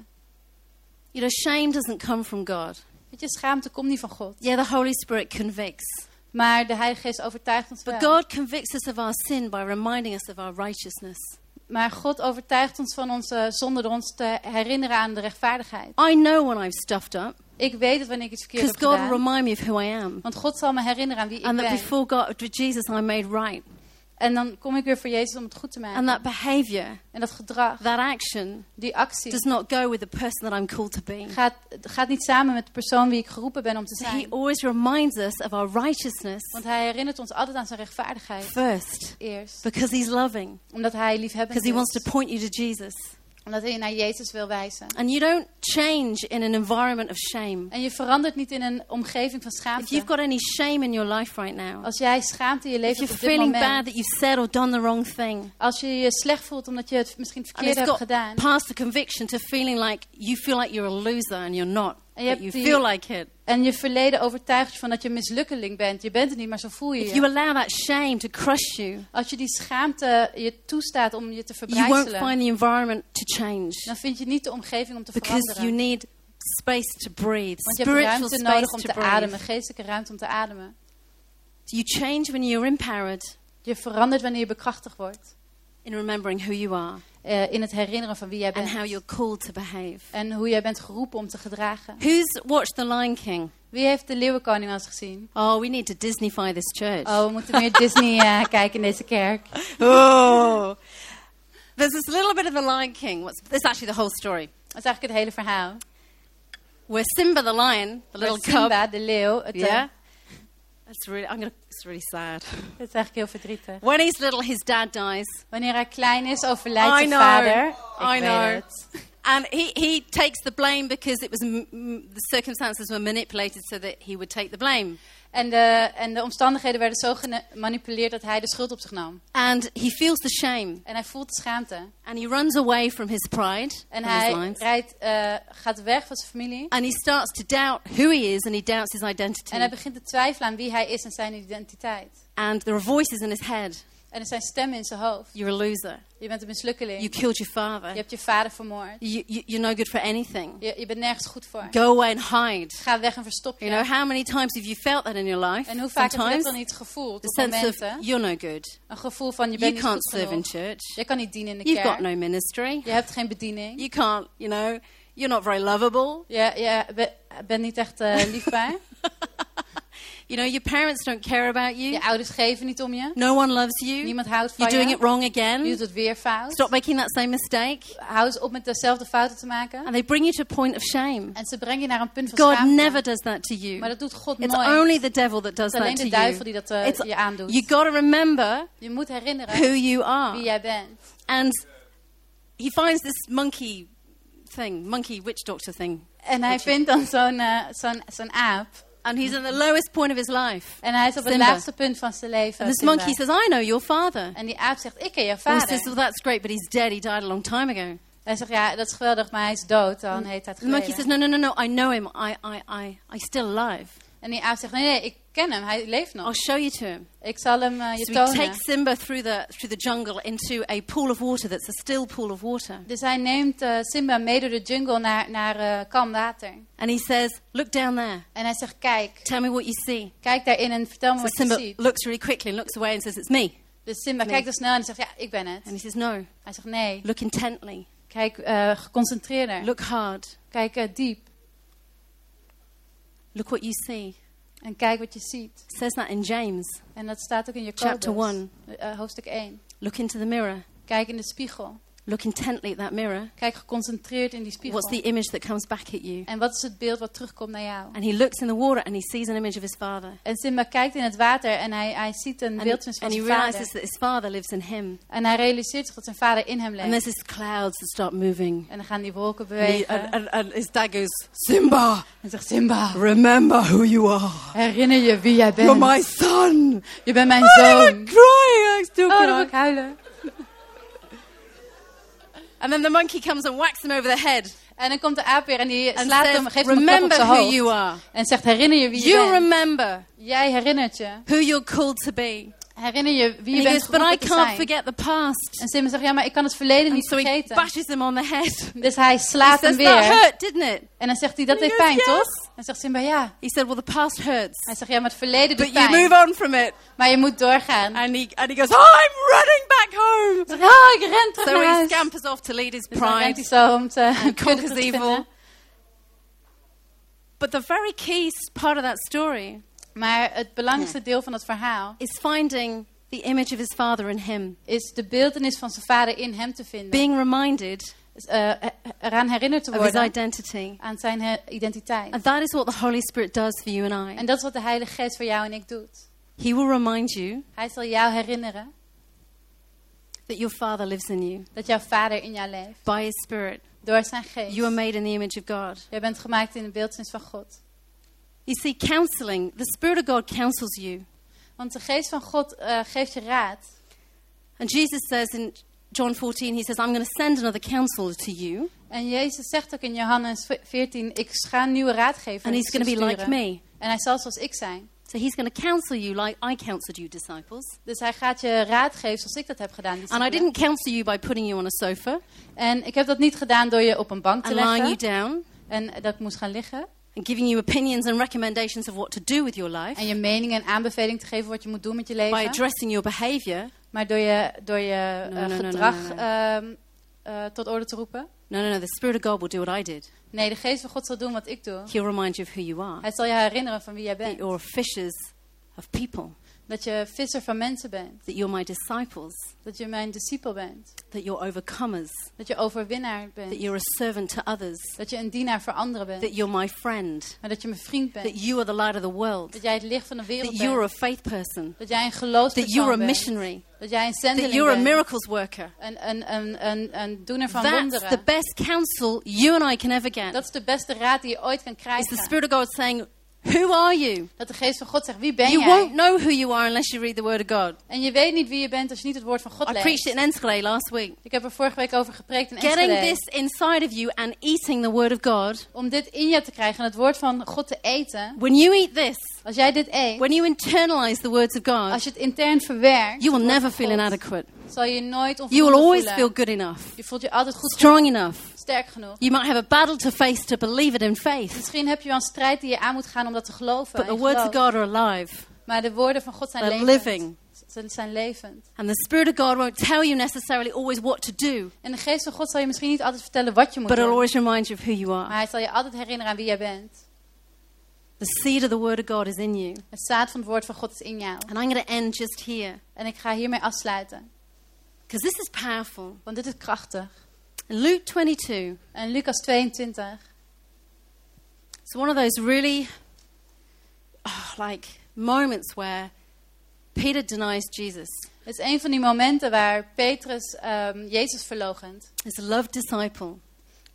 Speaker 1: You know, shame doesn't come from God.
Speaker 2: Weet je, schaamte komt niet van God.
Speaker 1: Yeah, the Holy Spirit convicts.
Speaker 2: Maar de Heilige Geest overtuigt ons
Speaker 1: But
Speaker 2: wel.
Speaker 1: God convicts us of our sin by reminding us of our righteousness.
Speaker 2: Maar God overtuigt ons van onze zonde door ons te herinneren aan de rechtvaardigheid.
Speaker 1: I know when I've stuffed up
Speaker 2: Ik weet het wanneer ik iets verkeerd
Speaker 1: because
Speaker 2: heb
Speaker 1: God will
Speaker 2: gedaan.
Speaker 1: remind me of who I am.
Speaker 2: Want God zal me herinneren aan wie ik
Speaker 1: And that
Speaker 2: ben.
Speaker 1: before God, with Jesus, I'm made right.
Speaker 2: En dan kom ik weer voor Jezus om het goed te maken.
Speaker 1: And that behavior,
Speaker 2: en dat gedrag,
Speaker 1: that action,
Speaker 2: die actie,
Speaker 1: does not go with the person that I'm called to be.
Speaker 2: gaat, gaat niet samen met de persoon wie ik geroepen ben om te
Speaker 1: So He
Speaker 2: zijn.
Speaker 1: always reminds us of our righteousness
Speaker 2: Want hij herinnert ons altijd aan zijn rechtvaardigheid.
Speaker 1: first
Speaker 2: Eerst.
Speaker 1: because He's loving,
Speaker 2: Omdat hij liefhebbend
Speaker 1: because He wants to
Speaker 2: is.
Speaker 1: point you to Jesus.
Speaker 2: Omdat hij je naar Jezus wil wijzen.
Speaker 1: And you don't change in an environment of shame.
Speaker 2: En je verandert niet in een omgeving van
Speaker 1: If you've
Speaker 2: schaamte.
Speaker 1: got any shame in your life right now,
Speaker 2: Als jij schaamte in je
Speaker 1: if
Speaker 2: leven
Speaker 1: you're
Speaker 2: op dit
Speaker 1: feeling bad
Speaker 2: moment.
Speaker 1: that you've said or done the wrong thing,
Speaker 2: Als je je slecht voelt omdat je het misschien
Speaker 1: And
Speaker 2: verkeerd
Speaker 1: it's
Speaker 2: hebt
Speaker 1: got
Speaker 2: gedaan.
Speaker 1: past the conviction to feeling like you feel like you're a loser and you're not.
Speaker 2: En je
Speaker 1: but
Speaker 2: hebt
Speaker 1: you
Speaker 2: die-
Speaker 1: feel like it.
Speaker 2: En je verleden overtuigt je van dat je een mislukkeling bent. Je bent het niet, maar zo voel je
Speaker 1: If you
Speaker 2: je.
Speaker 1: allow that shame to crush you,
Speaker 2: Als je die schaamte je toestaat om je te
Speaker 1: you won't
Speaker 2: verbrijzelen.
Speaker 1: find the environment to change
Speaker 2: Dan vind je niet de omgeving om te
Speaker 1: because you
Speaker 2: veranderen.
Speaker 1: need space to breathe,
Speaker 2: Want je hebt
Speaker 1: spiritual
Speaker 2: ruimte
Speaker 1: space
Speaker 2: nodig om
Speaker 1: to
Speaker 2: te
Speaker 1: breathe.
Speaker 2: ademen. Geestelijke ruimte om te ademen.
Speaker 1: You change when you're empowered
Speaker 2: Je verandert wanneer je bekrachtigd wordt.
Speaker 1: in remembering who you are
Speaker 2: eh, in het herinneren van wie jij
Speaker 1: and how
Speaker 2: bent.
Speaker 1: you're called to behave.
Speaker 2: En hoe jij bent geroepen om te gedragen.
Speaker 1: Who's watched The Lion King?
Speaker 2: Wie heeft de Leeuwenkoning al eens gezien?
Speaker 1: Oh, we need to Disneyfy this church.
Speaker 2: Oh, we moeten meer Disney eh, kijken in deze kerk.
Speaker 1: Oh. There's this little bit of The Lion King. What's, this is actually the whole story.
Speaker 2: Dat is eigenlijk het hele verhaal.
Speaker 1: Where Simba the lion, the little
Speaker 2: Maar Simba,
Speaker 1: cub,
Speaker 2: de leeuw, het, eh,
Speaker 1: yeah. That's really, I'm gonna, it's really sad.
Speaker 2: het is eigenlijk heel verdrietig.
Speaker 1: When he's little, his dad dies.
Speaker 2: Wanneer hij klein is, overlijdt
Speaker 1: I
Speaker 2: zijn
Speaker 1: know.
Speaker 2: vader. Ik
Speaker 1: I
Speaker 2: weet
Speaker 1: know.
Speaker 2: het.
Speaker 1: And he, he takes the blame because it was m- m- the circumstances were manipulated so that he would take the blame.
Speaker 2: En de, en de omstandigheden werden zo gemanipuleerd dat hij de schuld op zich nam.
Speaker 1: And he feels the shame
Speaker 2: En hij voelt de schaamte.
Speaker 1: and he runs away from his pride
Speaker 2: En
Speaker 1: from his
Speaker 2: hij
Speaker 1: lines.
Speaker 2: rijdt, eh, gaat weg van zijn familie.
Speaker 1: And he starts to doubt who he is and he doubts his
Speaker 2: En hij
Speaker 1: identity.
Speaker 2: begint te twijfelen aan wie hij is en zijn identiteit.
Speaker 1: And there are voices in his head
Speaker 2: En er zijn stemmen in zijn hoofd.
Speaker 1: You're a loser.
Speaker 2: Je bent een
Speaker 1: You
Speaker 2: mislukkeling.
Speaker 1: killed your
Speaker 2: Je
Speaker 1: father.
Speaker 2: hebt je vader vermoord.
Speaker 1: You, you, you're no good for anything.
Speaker 2: Je, je bent nergens goed voor.
Speaker 1: Go away and hide.
Speaker 2: Ga weg en verstop
Speaker 1: You know,
Speaker 2: je.
Speaker 1: how many times have you felt that in your life?
Speaker 2: En hoe vaak heb je dat
Speaker 1: Sometimes
Speaker 2: dan niet gevoeld
Speaker 1: the
Speaker 2: op
Speaker 1: sense of
Speaker 2: momenten?
Speaker 1: you're no good.
Speaker 2: Een gevoel van je
Speaker 1: You
Speaker 2: bent niet
Speaker 1: can't
Speaker 2: goed
Speaker 1: serve in
Speaker 2: genoeg.
Speaker 1: church.
Speaker 2: Je kan niet dienen in de
Speaker 1: You've got
Speaker 2: kerk.
Speaker 1: no ministry.
Speaker 2: Je hebt geen bediening.
Speaker 1: You can't, you know, you're not very lovable.
Speaker 2: Je, je be- bent niet echt eh, liefbaar.
Speaker 1: You know, your parents don't care about you.
Speaker 2: Je ouders geven niet om je.
Speaker 1: No one loves you.
Speaker 2: Niemand houdt
Speaker 1: You're
Speaker 2: van
Speaker 1: doing
Speaker 2: je.
Speaker 1: it wrong
Speaker 2: Je
Speaker 1: again.
Speaker 2: doet het weer fout.
Speaker 1: Stop making that same mistake.
Speaker 2: Hou eens op met dezelfde fouten te maken.
Speaker 1: And they bring you to a point of shame.
Speaker 2: En ze brengen je naar een punt van
Speaker 1: God
Speaker 2: schaamte.
Speaker 1: never does that to you.
Speaker 2: Maar dat doet God
Speaker 1: It's
Speaker 2: nooit.
Speaker 1: only the uh, devil that does
Speaker 2: Het is alleen
Speaker 1: that to
Speaker 2: de duivel die
Speaker 1: you.
Speaker 2: dat eh,
Speaker 1: It's-
Speaker 2: je aandoet.
Speaker 1: You got to remember
Speaker 2: je moet herinneren
Speaker 1: who you
Speaker 2: wie
Speaker 1: are.
Speaker 2: jij bent.
Speaker 1: And he finds this monkey thing, monkey witch doctor thing.
Speaker 2: En hij vindt dan zo'n eh, zo'n zo'n aap.
Speaker 1: And he's at the lowest point of his life.
Speaker 2: En hij is op het
Speaker 1: Simba.
Speaker 2: laagste punt van zijn leven.
Speaker 1: And this
Speaker 2: Simba.
Speaker 1: monkey says, I know your father.
Speaker 2: En die aap zegt, ik ken je
Speaker 1: Well, he
Speaker 2: vader.
Speaker 1: says, well, that's great, but he's dead. He died a long time ago.
Speaker 2: Hij zegt, ja, dat is geweldig, maar hij is dood al
Speaker 1: Mm.
Speaker 2: een hele tijd
Speaker 1: The monkey says,
Speaker 2: geleden.
Speaker 1: no, no, no, no. I know him. I, I, I, I'm still alive.
Speaker 2: En die aap zegt, nee, nee, ik ken hem, hij leeft nog.
Speaker 1: I'll show you to him.
Speaker 2: Ik zal hem eh, je
Speaker 1: So he
Speaker 2: tonen.
Speaker 1: takes Simba through the through the jungle into a pool of water that's a still pool of water,
Speaker 2: Dus hij neemt eh, Simba mee door de jungle naar, naar eh, kalm water.
Speaker 1: and he says, "Look down there.
Speaker 2: En hij zegt, kijk,
Speaker 1: Tell me what you see."
Speaker 2: kijk daarin en vertel me
Speaker 1: So
Speaker 2: wat je
Speaker 1: Simba
Speaker 2: ziet.
Speaker 1: looks really quickly and looks away and says, "It's me."
Speaker 2: Dus Simba kijkt er snel en zegt, ja, ik ben
Speaker 1: And
Speaker 2: het.
Speaker 1: he says, "No.
Speaker 2: Hij zegt, nee,
Speaker 1: Look intently.
Speaker 2: kijk eh, geconcentreerder.
Speaker 1: Look hard.
Speaker 2: Kijk eh, diep
Speaker 1: Look what you see."
Speaker 2: en kijk wat je ziet.
Speaker 1: Says that in James.
Speaker 2: En dat staat ook in Jacobus,
Speaker 1: Chapter one.
Speaker 2: eh, hoofdstuk 1.
Speaker 1: Look into the mirror.
Speaker 2: Kijk in de spiegel.
Speaker 1: Look intently at that mirror.
Speaker 2: Kijk geconcentreerd in die spiegel.
Speaker 1: What's the image that comes back at you?
Speaker 2: En wat is het beeld wat terugkomt naar jou?
Speaker 1: And he looks in the water and he sees an image of his father.
Speaker 2: En Simba kijkt in het water en hij, hij ziet een
Speaker 1: And,
Speaker 2: beeldnis van
Speaker 1: and he
Speaker 2: zijn vader.
Speaker 1: realizes that his father lives in him.
Speaker 2: En hij realiseert zich dat zijn vader in hem
Speaker 1: And
Speaker 2: leeft.
Speaker 1: there's these clouds that start moving.
Speaker 2: En dan gaan die wolken
Speaker 1: And, he-
Speaker 2: bewegen.
Speaker 1: and- and- and his dad goes, Simba,
Speaker 2: En zegt Simba,
Speaker 1: remember who you are.
Speaker 2: herinner je wie jij
Speaker 1: You're
Speaker 2: bent.
Speaker 1: my son.
Speaker 2: Je bent mijn
Speaker 1: Oh, I'm
Speaker 2: zoon.
Speaker 1: crying. I'm still
Speaker 2: Oh, dan
Speaker 1: crying.
Speaker 2: moet ik huilen.
Speaker 1: And then the monkey comes and whacks him over the head
Speaker 2: En dan komt de aap weer en die
Speaker 1: and
Speaker 2: slaat hem,
Speaker 1: says,
Speaker 2: geeft hem een klap op
Speaker 1: remember
Speaker 2: zijn
Speaker 1: who
Speaker 2: hoofd.
Speaker 1: you are.
Speaker 2: En zegt, herinner je wie je
Speaker 1: You
Speaker 2: bent.
Speaker 1: remember
Speaker 2: Jij herinnert je.
Speaker 1: who you're called to be.
Speaker 2: Herinner je wie
Speaker 1: And he
Speaker 2: je bent
Speaker 1: goes, but I
Speaker 2: geroepen te
Speaker 1: can't
Speaker 2: zijn.
Speaker 1: forget the past.
Speaker 2: En Simba zegt, ja, maar ik kan het verleden
Speaker 1: And
Speaker 2: niet
Speaker 1: so he
Speaker 2: vergeten.
Speaker 1: bashes him on the head. He
Speaker 2: Dus hij slaat hem
Speaker 1: says, that
Speaker 2: weer.
Speaker 1: hurt, didn't it?
Speaker 2: En dan zegt hij, dat
Speaker 1: He
Speaker 2: deed
Speaker 1: goes,
Speaker 2: pijn,
Speaker 1: "Yes."
Speaker 2: toch? En zegt Simba, ja.
Speaker 1: He said, well, the past hurts.
Speaker 2: Hij zegt, ja, maar het verleden doet
Speaker 1: But you move
Speaker 2: pijn.
Speaker 1: on from it.
Speaker 2: Maar je moet doorgaan. Hij
Speaker 1: And he, and he goes, I'm running back home.
Speaker 2: zegt, oh, ik ren terug
Speaker 1: So
Speaker 2: naar
Speaker 1: he
Speaker 2: huis.
Speaker 1: scampers off to lead his
Speaker 2: Dus dan rent
Speaker 1: pride
Speaker 2: hij zo om te
Speaker 1: and
Speaker 2: kunnen
Speaker 1: conquers
Speaker 2: te
Speaker 1: evil.
Speaker 2: vinden.
Speaker 1: But the very key s- part of that story
Speaker 2: Maar het belangrijkste deel van het verhaal
Speaker 1: is finding the image of his father in him,
Speaker 2: is de beeldenis van zijn vader in hem te vinden.
Speaker 1: being reminded
Speaker 2: Dus, eh, eh, eraan herinnerd te
Speaker 1: of his
Speaker 2: worden
Speaker 1: identity.
Speaker 2: aan zijn eh, identiteit.
Speaker 1: And that is what the Holy Spirit does for you and I.
Speaker 2: En dat is wat de Heilige Geest voor jou en ik doet.
Speaker 1: He will remind you
Speaker 2: Hij zal jou herinneren
Speaker 1: that your father lives in you
Speaker 2: dat jouw vader in jou leeft.
Speaker 1: by his spirit.
Speaker 2: Door zijn geest.
Speaker 1: You are made in the image of God.
Speaker 2: Jij bent gemaakt in de beeldnis van God.
Speaker 1: You see, counseling, the Spirit of God counsels you.
Speaker 2: Want de geest van God eh, geeft je raad.
Speaker 1: And Jesus says in John 14, he says, I'm going to send another counselor to you,
Speaker 2: En Jezus zegt ook in Johannes 14, ik ga een nieuwe raadgever
Speaker 1: and he's going to be like
Speaker 2: sturen.
Speaker 1: me.
Speaker 2: En hij zal zoals ik zijn.
Speaker 1: So he's going to counsel you like I counseled you, disciples.
Speaker 2: Dus hij gaat je raad geven zoals ik dat heb gedaan.
Speaker 1: And I
Speaker 2: discipelen.
Speaker 1: didn't counsel you by putting you on a sofa
Speaker 2: En ik heb dat niet gedaan door je op een bank te
Speaker 1: and lying you
Speaker 2: leggen.
Speaker 1: down
Speaker 2: En dat ik moest gaan liggen.
Speaker 1: and giving you opinions and recommendations of what to do with your life.
Speaker 2: En je mening en aanbeveling te geven wat je moet doen met je
Speaker 1: By
Speaker 2: leven.
Speaker 1: addressing your behavior.
Speaker 2: Maar door je, door je
Speaker 1: No,
Speaker 2: eh,
Speaker 1: no, no, no,
Speaker 2: gedrag
Speaker 1: no, no.
Speaker 2: ehm, eh, tot orde te roepen.
Speaker 1: No, no, no. The Spirit of God will do what I did.
Speaker 2: Nee, de geest van God zal doen wat ik doe.
Speaker 1: He'll remind you of who you are.
Speaker 2: Hij zal je herinneren van wie jij
Speaker 1: That
Speaker 2: bent.
Speaker 1: you're fishers of people.
Speaker 2: Dat je visser van mensen bent.
Speaker 1: That you're my disciples.
Speaker 2: Dat je mijn discipel bent.
Speaker 1: That you're overcomers.
Speaker 2: Dat je overwinnaar
Speaker 1: That
Speaker 2: bent.
Speaker 1: you're a servant to others.
Speaker 2: Dat je een dienaar voor anderen bent.
Speaker 1: That you're my friend.
Speaker 2: Maar dat je mijn vriend
Speaker 1: That
Speaker 2: bent.
Speaker 1: you are the light of the world.
Speaker 2: Dat jij het licht van de
Speaker 1: That
Speaker 2: wereld
Speaker 1: you're a
Speaker 2: bent.
Speaker 1: faith person.
Speaker 2: Dat jij een
Speaker 1: That you're a
Speaker 2: geloofspersoon bent.
Speaker 1: missionary.
Speaker 2: Dat jij een
Speaker 1: That
Speaker 2: zendeling
Speaker 1: you're a
Speaker 2: bent.
Speaker 1: miracles worker.
Speaker 2: Een, een, een, een, een doener van
Speaker 1: That's the
Speaker 2: wonderen.
Speaker 1: best counsel you and I can ever get.
Speaker 2: Dat is de beste raad die je ooit kan
Speaker 1: It's the
Speaker 2: krijgen.
Speaker 1: Spirit of God saying, Who are you?
Speaker 2: Dat de geest van God zegt, wie ben
Speaker 1: You won't
Speaker 2: jij?
Speaker 1: know who you are unless you read the Word of God.
Speaker 2: En je weet niet wie je bent als je niet het woord van God
Speaker 1: I preached
Speaker 2: leest.
Speaker 1: it in Enschede last week.
Speaker 2: Ik heb er vorige week over gepreekt in
Speaker 1: Getting
Speaker 2: Enschede.
Speaker 1: this inside of you and eating the Word of God,
Speaker 2: Om dit in je te krijgen en het woord van God te eten.
Speaker 1: when you eat this,
Speaker 2: Als jij dit eet,
Speaker 1: when you internalize the words of God,
Speaker 2: als je het intern verwerkt,
Speaker 1: you will never feel
Speaker 2: God.
Speaker 1: inadequate.
Speaker 2: zal je je nooit
Speaker 1: You will always
Speaker 2: onvoldoende
Speaker 1: feel
Speaker 2: voelen.
Speaker 1: good enough,
Speaker 2: Je voelt je altijd goed genoeg,
Speaker 1: strong enough.
Speaker 2: sterk genoeg.
Speaker 1: You might have a battle to face to believe it in faith,
Speaker 2: Misschien heb je wel een strijd die je aan moet gaan om dat te geloven.
Speaker 1: but the
Speaker 2: in
Speaker 1: words of
Speaker 2: geloof.
Speaker 1: God are alive.
Speaker 2: Maar de woorden van God zijn
Speaker 1: They're
Speaker 2: levend.
Speaker 1: living.
Speaker 2: Ze zijn levend.
Speaker 1: And the Spirit of God won't tell you necessarily always what to do,
Speaker 2: En de geest van God zal je misschien niet altijd vertellen wat je moet
Speaker 1: but it'll
Speaker 2: doen.
Speaker 1: always remind you of who you are.
Speaker 2: Maar hij zal je altijd herinneren aan wie jij bent.
Speaker 1: The seed of the word of God is in you.
Speaker 2: Het zaad van het woord van God is in jou.
Speaker 1: And I'm going to end just here
Speaker 2: En ik ga hiermee afsluiten,
Speaker 1: because this is powerful.
Speaker 2: want dit is krachtig.
Speaker 1: In Luke 22,
Speaker 2: En Lucas 22.
Speaker 1: it's one of those really oh, like moments where Peter denies Jesus.
Speaker 2: Het is een van die momenten waar Petrus ehm, Jezus verlogent.
Speaker 1: His loved disciple.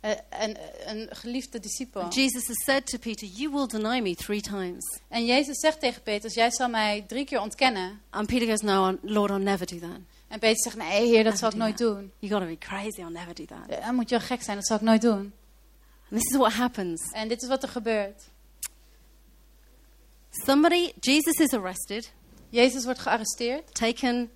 Speaker 2: Eh, en, eh, een geliefde discipel.
Speaker 1: And Jesus has said to Peter, You will deny me three times.
Speaker 2: En Jezus zegt tegen Petrus, jij zal mij drie keer ontkennen.
Speaker 1: And Peter goes, No, I'll- Lord, I'll never do that.
Speaker 2: En Petrus zegt, nee heer, dat zal ik
Speaker 1: Never
Speaker 2: nooit
Speaker 1: do that.
Speaker 2: doen.
Speaker 1: you got to be crazy. I'll never do that.
Speaker 2: Eh, Dan moet je wel gek zijn, dat zal ik nooit doen.
Speaker 1: And this is what happens.
Speaker 2: En dit is wat er gebeurt.
Speaker 1: Somebody, Jesus is arrested,
Speaker 2: Jezus wordt gearresteerd,
Speaker 1: taken,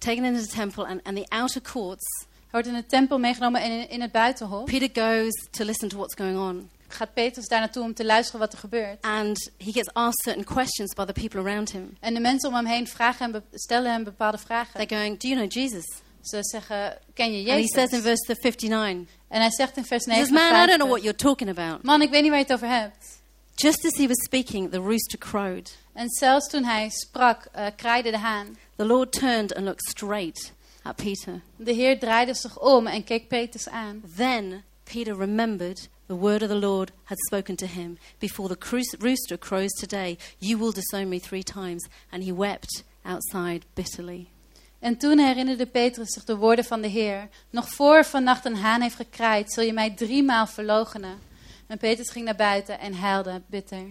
Speaker 1: taken into the temple and, and the outer courts.
Speaker 2: hij wordt in de tempel meegenomen en in- in het buitenhof.
Speaker 1: Peter goes to listen to what's going on.
Speaker 2: Gaat Petrus daar naartoe om te luisteren wat er gebeurt.
Speaker 1: And he gets asked certain questions by the people around him.
Speaker 2: En de mensen om hem heen vragen hem, be- stellen hem bepaalde
Speaker 1: They're
Speaker 2: vragen.
Speaker 1: going, Do you know Jesus?
Speaker 2: Ze zeggen, ken je
Speaker 1: And he says in
Speaker 2: Jezus?
Speaker 1: verse 59,
Speaker 2: En hij zegt in vers
Speaker 1: he says, Man, I don't know what
Speaker 2: 59,
Speaker 1: you're talking about.
Speaker 2: man, ik weet niet waar je het over hebt.
Speaker 1: Just as he was speaking, the rooster crowed.
Speaker 2: En zelfs toen hij sprak, eh, kraaide de haan.
Speaker 1: The Lord turned and looked straight at Peter.
Speaker 2: De Heer draaide zich om en keek Petrus aan.
Speaker 1: Then Peter remembered the word of the Lord had spoken to him before the cru- rooster crows today, You will disown me three times. And he wept outside bitterly.
Speaker 2: En toen herinnerde Petrus zich de woorden van de Heer. Nog voor vannacht een haan heeft gekraaid, zul je mij driemaal verloochenen. En Petrus ging naar buiten en huilde bitter.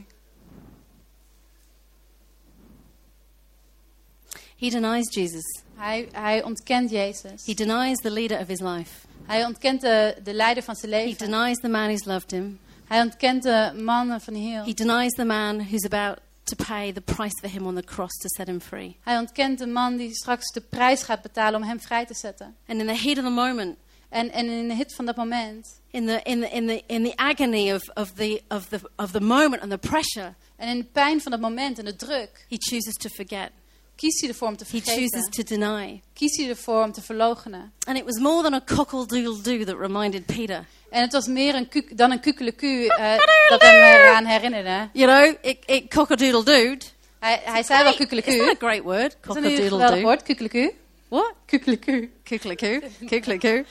Speaker 1: He denies Jesus.
Speaker 2: Hij, hij ontkent Jezus.
Speaker 1: He denies the leader of his life.
Speaker 2: Hij ontkent de, de leider van zijn
Speaker 1: He
Speaker 2: leven.
Speaker 1: denies the man who's loved him.
Speaker 2: Hij ontkent de man van heel.
Speaker 1: He denies the man who's about to pay the price for him on the cross to set him free.
Speaker 2: Hij ontkent de man die straks de prijs gaat betalen om hem vrij te zetten.
Speaker 1: And in the heat of the moment,
Speaker 2: En, en in de hit van dat moment.
Speaker 1: in the, in the, in the, in the agony of, of, the, of, the, of the moment and the pressure,
Speaker 2: En in de pijn van dat moment en de druk.
Speaker 1: he chooses to forget.
Speaker 2: Kiest hij ervoor om te
Speaker 1: He chooses
Speaker 2: vergeten.
Speaker 1: to deny.
Speaker 2: Kiest hij ervoor om te verlogenen.
Speaker 1: And it was more than a cockle-doodle-doo that reminded Peter.
Speaker 2: En het was meer een kuk- dan een kukkeleku eh, dat hem eraan herinnerde.
Speaker 1: You know, it, it cockle-doodle-dooed.
Speaker 2: Hij, hij zei wel
Speaker 1: Isn't
Speaker 2: kukkeleku.
Speaker 1: that a great word?
Speaker 2: Is dat niet een geweldig
Speaker 1: Cockle-doodle-doo.
Speaker 2: woord? Kukkeleku?
Speaker 1: What?
Speaker 2: Kukkeleku.
Speaker 1: Kukkeliku. Kukkeliku.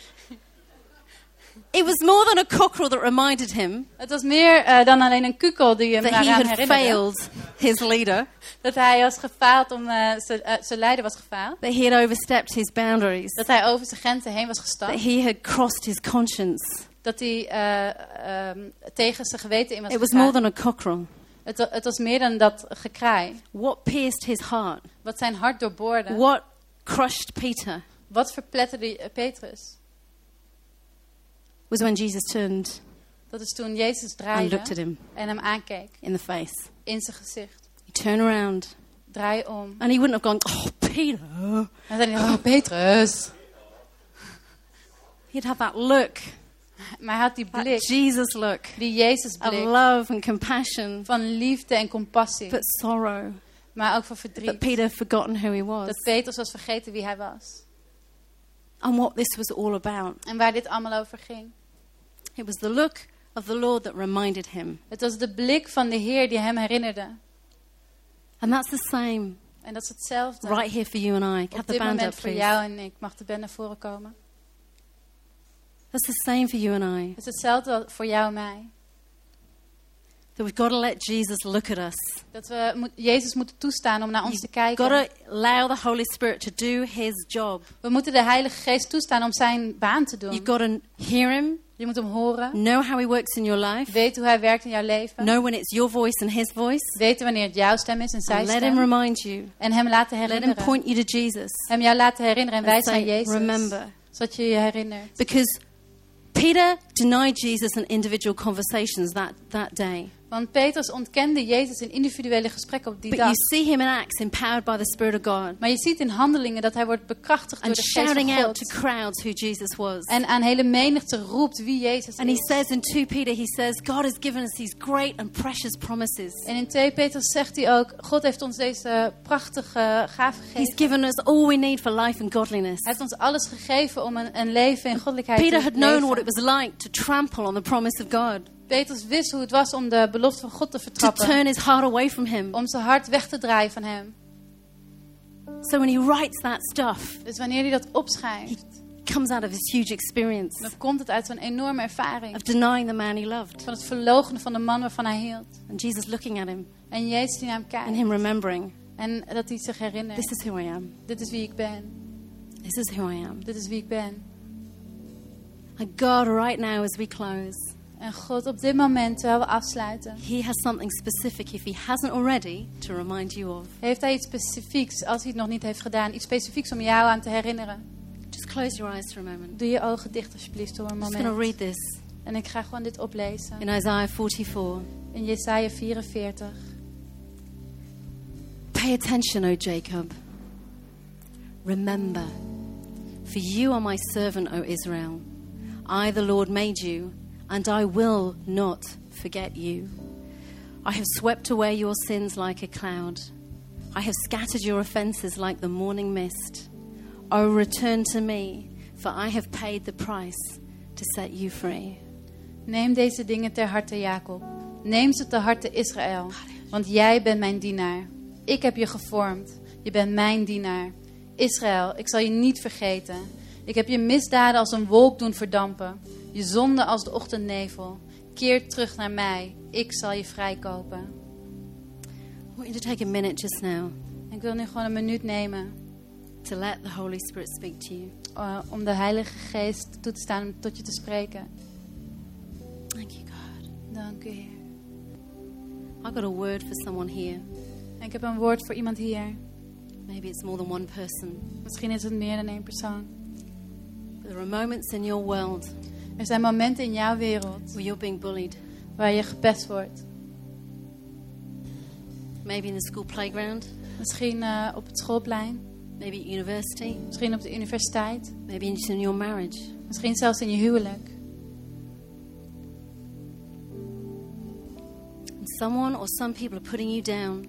Speaker 1: It was more than a cockerel that reminded him
Speaker 2: Het was meer eh, dan alleen een kukkel die hem
Speaker 1: that he
Speaker 2: eraan
Speaker 1: had
Speaker 2: herinnerde.
Speaker 1: failed his leader,
Speaker 2: Dat hij was gefaald om, eh, zijn eh, zijn leider was gefaald.
Speaker 1: that he had overstepped his boundaries,
Speaker 2: Dat hij over zijn grenzen heen was
Speaker 1: that
Speaker 2: gestapt.
Speaker 1: he had crossed his conscience.
Speaker 2: Dat hij eh, ehm, tegen zijn geweten in was
Speaker 1: It was
Speaker 2: gegaan.
Speaker 1: more than a cockerel.
Speaker 2: het, wa- het was meer dan dat gekraai.
Speaker 1: What pierced his heart?
Speaker 2: Wat zijn hart doorboorde.
Speaker 1: What crushed Peter
Speaker 2: Wat verpletterde eh, Petrus?
Speaker 1: was when Jesus turned
Speaker 2: Dat is toen Jezus
Speaker 1: and looked at
Speaker 2: draaide
Speaker 1: him
Speaker 2: en hem aankeek
Speaker 1: in the face.
Speaker 2: in zijn gezicht.
Speaker 1: He turned around
Speaker 2: Draai om.
Speaker 1: and he wouldn't have gone, Oh, Peter.
Speaker 2: En dan dacht ik, oh, Petrus.
Speaker 1: He'd have that look,
Speaker 2: Maar hij had die
Speaker 1: that
Speaker 2: blik,
Speaker 1: Jesus look
Speaker 2: die Jezus
Speaker 1: of
Speaker 2: blik,
Speaker 1: love and compassion,
Speaker 2: van liefde en compassie.
Speaker 1: but sorrow.
Speaker 2: Maar ook van
Speaker 1: That
Speaker 2: verdriet.
Speaker 1: Peter had forgotten who he was
Speaker 2: Dat Petrus was vergeten wie hij was.
Speaker 1: and what this was all about.
Speaker 2: En waar dit allemaal over ging.
Speaker 1: It was the look of the Lord that reminded him.
Speaker 2: Het was de blik van de Heer die hem herinnerde.
Speaker 1: And that's the same
Speaker 2: En dat is hetzelfde.
Speaker 1: right here for you and I. Have
Speaker 2: Op
Speaker 1: the
Speaker 2: dit
Speaker 1: band
Speaker 2: moment
Speaker 1: up,
Speaker 2: voor
Speaker 1: please.
Speaker 2: jou en ik. Mag de band naar voren komen?
Speaker 1: That's the same for you and I.
Speaker 2: Het is hetzelfde voor jou en mij.
Speaker 1: That we've got to let Jesus look at us.
Speaker 2: Dat we moet- Jezus moeten toestaan om naar ons te
Speaker 1: We've got to
Speaker 2: kijken.
Speaker 1: allow the Holy Spirit to do his job.
Speaker 2: We moeten de Heilige Geest toestaan om zijn baan te doen.
Speaker 1: You've got to hear him,
Speaker 2: Je moet hem horen.
Speaker 1: know how he works in your life,
Speaker 2: Weet hoe hij werkt in jouw leven.
Speaker 1: know when it's your voice and his voice,
Speaker 2: Weten wanneer het jouw stem is en zijn
Speaker 1: and let him
Speaker 2: stem.
Speaker 1: remind you.
Speaker 2: En hem laten
Speaker 1: Let him
Speaker 2: herinneren.
Speaker 1: point you to Jesus.
Speaker 2: Hem jou laten herinneren en
Speaker 1: And
Speaker 2: wijzen aan
Speaker 1: say,
Speaker 2: Jezus.
Speaker 1: remember.
Speaker 2: Zodat je je herinnert.
Speaker 1: Because Peter denied Jesus in individual conversations that, that day.
Speaker 2: Want Petrus ontkende Jezus in individuele gesprekken op die
Speaker 1: But
Speaker 2: dag.
Speaker 1: you see him in Acts empowered by the Spirit of God
Speaker 2: Maar je ziet in handelingen dat hij wordt bekrachtigd door
Speaker 1: and
Speaker 2: de geest van
Speaker 1: shouting out to
Speaker 2: God.
Speaker 1: crowds who Jesus was.
Speaker 2: En aan hele menigte roept wie Jezus
Speaker 1: And he
Speaker 2: is.
Speaker 1: says in 2 Peter, he says, God has given us these great and precious promises.
Speaker 2: En in 2 Petrus zegt hij ook, God heeft ons deze prachtige gave
Speaker 1: He's
Speaker 2: gegeven.
Speaker 1: given us all we need for life and godliness.
Speaker 2: Hij heeft ons alles gegeven om een, een leven in goddelijkheid
Speaker 1: Peter
Speaker 2: te
Speaker 1: had known
Speaker 2: leven.
Speaker 1: what it was like to trample on the promise of God.
Speaker 2: Petrus wist hoe het was om de belofte van God te
Speaker 1: to
Speaker 2: vertrappen.
Speaker 1: turn his heart away from him.
Speaker 2: Om zijn hart weg te draaien van hem.
Speaker 1: So when he writes that stuff,
Speaker 2: Dus wanneer hij dat opschrijft,
Speaker 1: it comes out of his huge experience
Speaker 2: dan komt het uit zo'n enorme ervaring.
Speaker 1: of denying the man he loved.
Speaker 2: Van het verloochenen van de man waarvan hij hield.
Speaker 1: And Jesus looking at him
Speaker 2: En Jezus die naar hem
Speaker 1: and
Speaker 2: kijkt.
Speaker 1: him remembering,
Speaker 2: En dat hij zich herinnert.
Speaker 1: this is who I am.
Speaker 2: Dit is wie ik ben.
Speaker 1: This is who I am.
Speaker 2: Dit is wie ik ben.
Speaker 1: And God, right now as we close,
Speaker 2: En God, op dit moment, terwijl we afsluiten,
Speaker 1: He has something specific, if He hasn't already, to remind you of.
Speaker 2: heeft hij iets specifieks, als hij het nog niet heeft gedaan, iets specifieks om jou aan te herinneren.
Speaker 1: Just close your eyes for a moment.
Speaker 2: Doe je ogen dicht alsjeblieft voor een
Speaker 1: I'm just going to
Speaker 2: moment.
Speaker 1: read this
Speaker 2: En ik ga gewoon dit oplezen.
Speaker 1: in Isaiah 44.
Speaker 2: In Jesaja 44.
Speaker 1: Pay attention, O Jacob. Remember, for you are my servant, O Israel. I, the Lord, made you, and I will not forget you. I have swept away your sins like a cloud. I have scattered your offenses like the morning mist. O return to me, for I have paid the price to set you free.
Speaker 2: Neem deze dingen ter harte, Jacob. Neem ze ter harte, Israël. Want jij bent mijn dienaar. Ik heb je gevormd. Je bent mijn dienaar. Israël, ik zal je niet vergeten. Ik heb je misdaden als een wolk doen verdampen. Je zonden als de ochtendnevel. Keer terug naar mij. Ik zal je vrijkopen.
Speaker 1: I want you to take a minute just now
Speaker 2: Ik wil nu gewoon een minuut nemen
Speaker 1: to let the Holy Spirit speak to you.
Speaker 2: eh, om de Heilige Geest toe te staan om tot je te spreken.
Speaker 1: Thank you, God.
Speaker 2: Dank u, Heer.
Speaker 1: I've got a word for someone here.
Speaker 2: En ik heb een woord voor iemand hier.
Speaker 1: Maybe it's more than one person.
Speaker 2: Misschien is het meer dan één persoon.
Speaker 1: But there are moments in your world
Speaker 2: Er zijn momenten in jouw wereld
Speaker 1: where you're being bullied.
Speaker 2: waar je gepest wordt.
Speaker 1: Maybe in the school playground,
Speaker 2: Misschien eh, op het schoolplein,
Speaker 1: maybe at university,
Speaker 2: misschien op de universiteit,
Speaker 1: maybe in your marriage.
Speaker 2: misschien zelfs in je huwelijk.
Speaker 1: And someone or some people are putting you down.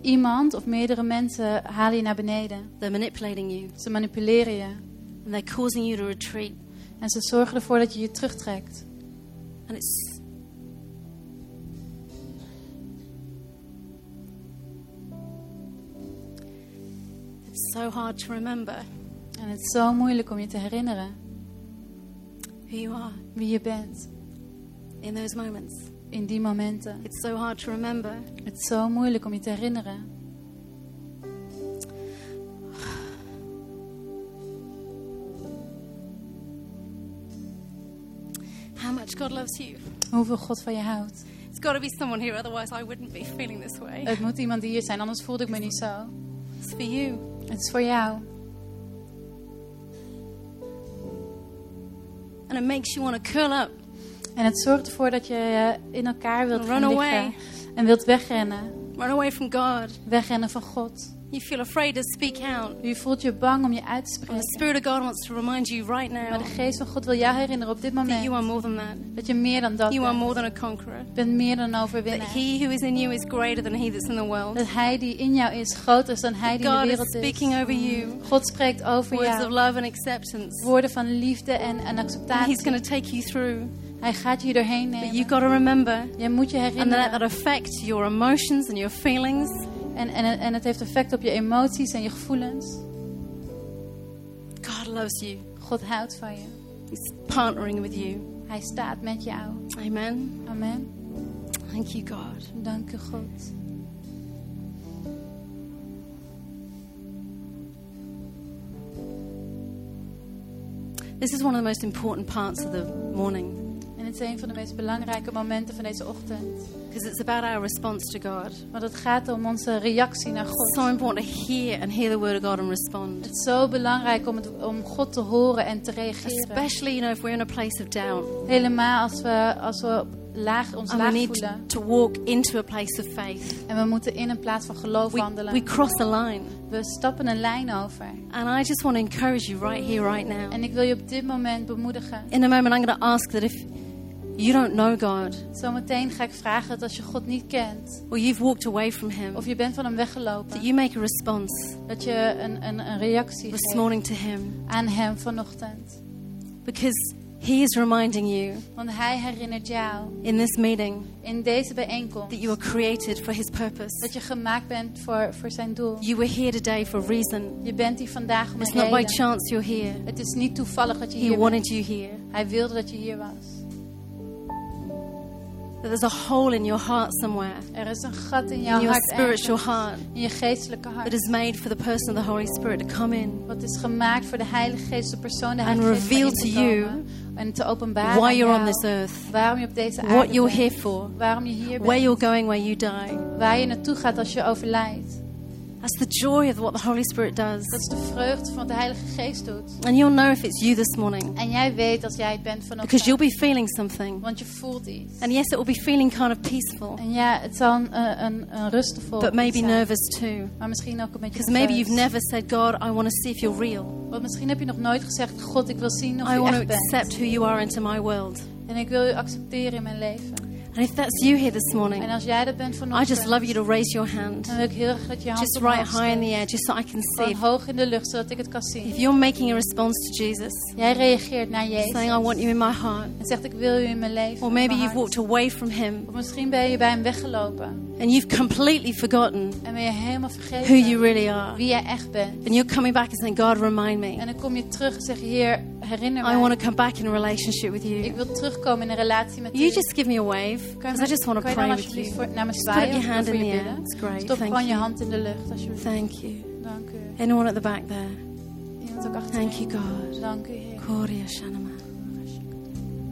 Speaker 2: Iemand of meerdere mensen halen je naar beneden.
Speaker 1: They're manipulating you
Speaker 2: Ze manipuleren je
Speaker 1: and they're causing you to retreat.
Speaker 2: en ze zorgen ervoor dat je je terugtrekt.
Speaker 1: And it's. It's so hard to remember
Speaker 2: En het is zo moeilijk om je te herinneren
Speaker 1: who you are
Speaker 2: wie je bent
Speaker 1: in those moments.
Speaker 2: in die momenten.
Speaker 1: It's so hard to remember.
Speaker 2: Het is zo moeilijk om je te herinneren.
Speaker 1: How much God loves you.
Speaker 2: Hoeveel God van je houdt.
Speaker 1: It's got to be someone here, otherwise I wouldn't be feeling this way.
Speaker 2: Het moet iemand hier zijn, anders voelde ik me niet zo.
Speaker 1: It's for you.
Speaker 2: Het is voor jou.
Speaker 1: And it makes you want to curl up
Speaker 2: En het zorgt ervoor dat je eh, in elkaar wilt
Speaker 1: Run
Speaker 2: gaan liggen
Speaker 1: away.
Speaker 2: en wilt wegrennen.
Speaker 1: run away from God.
Speaker 2: Wegrennen van God.
Speaker 1: You feel afraid to speak out.
Speaker 2: Je voelt je bang om je uit te
Speaker 1: And the
Speaker 2: spreken.
Speaker 1: Spirit of God wants to remind you right
Speaker 2: Maar
Speaker 1: now
Speaker 2: de geest van God wil jou herinneren op dit
Speaker 1: that you are
Speaker 2: moment
Speaker 1: more than that.
Speaker 2: dat je meer dan dat
Speaker 1: You are
Speaker 2: bent.
Speaker 1: more than a conqueror.
Speaker 2: Je bent meer dan een
Speaker 1: That
Speaker 2: overwinnaar.
Speaker 1: He who is in you is greater than He that's in the world.
Speaker 2: Dat Hij die in jou is groter is dan Hij die in de
Speaker 1: God is
Speaker 2: wereld
Speaker 1: speaking
Speaker 2: is.
Speaker 1: over you
Speaker 2: God spreekt over
Speaker 1: words of
Speaker 2: jou.
Speaker 1: love and acceptance.
Speaker 2: Woorden van liefde en, en
Speaker 1: And He's
Speaker 2: acceptatie.
Speaker 1: going to take you through.
Speaker 2: Hij gaat je doorheen
Speaker 1: But you
Speaker 2: nemen.
Speaker 1: got to remember
Speaker 2: Je moet je
Speaker 1: and let that
Speaker 2: herinneren.
Speaker 1: affect your emotions and your feelings.
Speaker 2: En, en, en het heeft effect op je emoties en je gevoelens.
Speaker 1: God loves you.
Speaker 2: God houdt van je.
Speaker 1: He's partnering with you.
Speaker 2: Hij staat met jou.
Speaker 1: Amen.
Speaker 2: Amen.
Speaker 1: Thank you, God.
Speaker 2: Dank u God.
Speaker 1: This is one of the most important parts of the morning
Speaker 2: En het is een van de meest belangrijke momenten van deze ochtend.
Speaker 1: because it's about our response to God.
Speaker 2: Want het gaat om onze reactie naar
Speaker 1: It's
Speaker 2: God.
Speaker 1: so important to hear and hear the word of God and respond.
Speaker 2: Het is zo belangrijk om, het, om God te horen en te reageren.
Speaker 1: Especially, you know, if we're in a place of doubt
Speaker 2: Helemaal als we, als we op laag, ons
Speaker 1: and we
Speaker 2: laag
Speaker 1: need
Speaker 2: voelen.
Speaker 1: to walk into a place of faith.
Speaker 2: En we moeten in een plaats van geloof
Speaker 1: We, we
Speaker 2: wandelen.
Speaker 1: cross a line.
Speaker 2: We stappen een lijn over.
Speaker 1: And I just want to encourage you right here, right now.
Speaker 2: En ik wil je op dit moment bemoedigen.
Speaker 1: In a moment, I'm going to ask that if you don't know God
Speaker 2: Zometeen ga ik vragen dat als je God niet kent...
Speaker 1: or you've walked away from Him,
Speaker 2: of je bent van hem
Speaker 1: that
Speaker 2: weggelopen...
Speaker 1: you make a response
Speaker 2: dat je een, een, een reactie
Speaker 1: this
Speaker 2: geeft
Speaker 1: morning to Him
Speaker 2: aan hem vanochtend.
Speaker 1: because He is reminding you
Speaker 2: Want hij herinnert jou
Speaker 1: in this meeting
Speaker 2: in deze bijeenkomst
Speaker 1: that you were created for His purpose.
Speaker 2: dat je gemaakt bent voor, voor zijn doel.
Speaker 1: You were here today for a reason.
Speaker 2: Je bent hier vandaag om
Speaker 1: It's
Speaker 2: een
Speaker 1: not by
Speaker 2: reden.
Speaker 1: chance you're here.
Speaker 2: Het is niet toevallig dat je
Speaker 1: He
Speaker 2: hier bent.
Speaker 1: wanted you here.
Speaker 2: Hij wilde dat je hier was.
Speaker 1: That there's a hole in your heart somewhere,
Speaker 2: Er is een gat in
Speaker 1: in
Speaker 2: jouw
Speaker 1: your
Speaker 2: hart,
Speaker 1: spiritual
Speaker 2: ergens,
Speaker 1: heart,
Speaker 2: in je geestelijke
Speaker 1: that
Speaker 2: hart.
Speaker 1: is made for the person of the Holy Spirit to come in.
Speaker 2: Wat is gemaakt voor de Heilige Geest, de persoon, de
Speaker 1: And
Speaker 2: Heilige Geest om
Speaker 1: reveal
Speaker 2: in te
Speaker 1: to you
Speaker 2: komen en te openbaren
Speaker 1: Why
Speaker 2: aan
Speaker 1: you're
Speaker 2: jou
Speaker 1: on this earth,
Speaker 2: waarom je op deze aarde
Speaker 1: what you're
Speaker 2: bent,
Speaker 1: here for,
Speaker 2: waarom je hier
Speaker 1: where
Speaker 2: bent,
Speaker 1: you're going, where you die.
Speaker 2: waar je naartoe gaat als je overlijdt.
Speaker 1: That's the joy of what the Holy Spirit does.
Speaker 2: Dat is de vreugde van wat de Heilige Geest doet.
Speaker 1: And you'll know if it's you this morning
Speaker 2: En jij weet als jij het bent vanochtend,
Speaker 1: because you'll be feeling something.
Speaker 2: want je voelt iets.
Speaker 1: And yes, it will be feeling kind of peacevol,
Speaker 2: En ja, het zal een, een, een- een rustevol
Speaker 1: but maybe
Speaker 2: zijn,
Speaker 1: nervous too.
Speaker 2: maar misschien ook een beetje
Speaker 1: Because maybe
Speaker 2: nerveus.
Speaker 1: you've never said, God, I want to see if you're real.
Speaker 2: Want misschien heb je nog nooit gezegd, God, ik wil zien of
Speaker 1: I
Speaker 2: u
Speaker 1: want to
Speaker 2: echt bent.
Speaker 1: accept who you are into my world.
Speaker 2: En ik wil u accepteren in mijn leven.
Speaker 1: And if that's you here this
Speaker 2: En
Speaker 1: morning,
Speaker 2: als jij dat bent
Speaker 1: I
Speaker 2: vanochtend,
Speaker 1: just love you to raise your hand.
Speaker 2: dan wil ik heel erg dat je hand
Speaker 1: Just
Speaker 2: omhoog
Speaker 1: right high in the
Speaker 2: steekt.
Speaker 1: air, just so I can see.
Speaker 2: Gewoon
Speaker 1: If,
Speaker 2: hoog in de lucht, zodat ik het kan zien.
Speaker 1: if you're making a response to Jesus,
Speaker 2: Jij reageert naar
Speaker 1: saying,
Speaker 2: Jezus
Speaker 1: I want you in my heart,
Speaker 2: en zegt, ik wil u in mijn leven.
Speaker 1: or
Speaker 2: in
Speaker 1: maybe
Speaker 2: mijn
Speaker 1: you've
Speaker 2: hart.
Speaker 1: walked away from Him
Speaker 2: Of misschien ben je bij hem weggelopen
Speaker 1: and you've completely forgotten
Speaker 2: en ben je helemaal vergeten
Speaker 1: who you really are,
Speaker 2: wie jij echt bent.
Speaker 1: and you're coming back and saying, God, remind me.
Speaker 2: En dan kom je terug en zeg je, Heer, herinner
Speaker 1: I
Speaker 2: me.
Speaker 1: want to come back in a relationship with
Speaker 2: Ik
Speaker 1: you.
Speaker 2: wil terugkomen in een relatie met u.
Speaker 1: You just give me a wave
Speaker 2: Kan je,
Speaker 1: because Dus I
Speaker 2: me-
Speaker 1: just want
Speaker 2: kan
Speaker 1: to
Speaker 2: je
Speaker 1: pray
Speaker 2: dan
Speaker 1: with
Speaker 2: alsjeblieft
Speaker 1: you.
Speaker 2: voor, nou, naar me
Speaker 1: Just put
Speaker 2: zwaaien?
Speaker 1: your
Speaker 2: Ik wil
Speaker 1: hand
Speaker 2: voor
Speaker 1: in
Speaker 2: je
Speaker 1: the air.
Speaker 2: bidden.
Speaker 1: It's great.
Speaker 2: Stop
Speaker 1: Thank
Speaker 2: gewoon je
Speaker 1: you.
Speaker 2: hand in de lucht, alsjeblieft.
Speaker 1: Thank you.
Speaker 2: Dank u.
Speaker 1: Anyone at the back there?
Speaker 2: Iemand ook achter
Speaker 1: Thank you,
Speaker 2: me.
Speaker 1: God.
Speaker 2: Dank u, Heer.
Speaker 1: Gloria Shanama.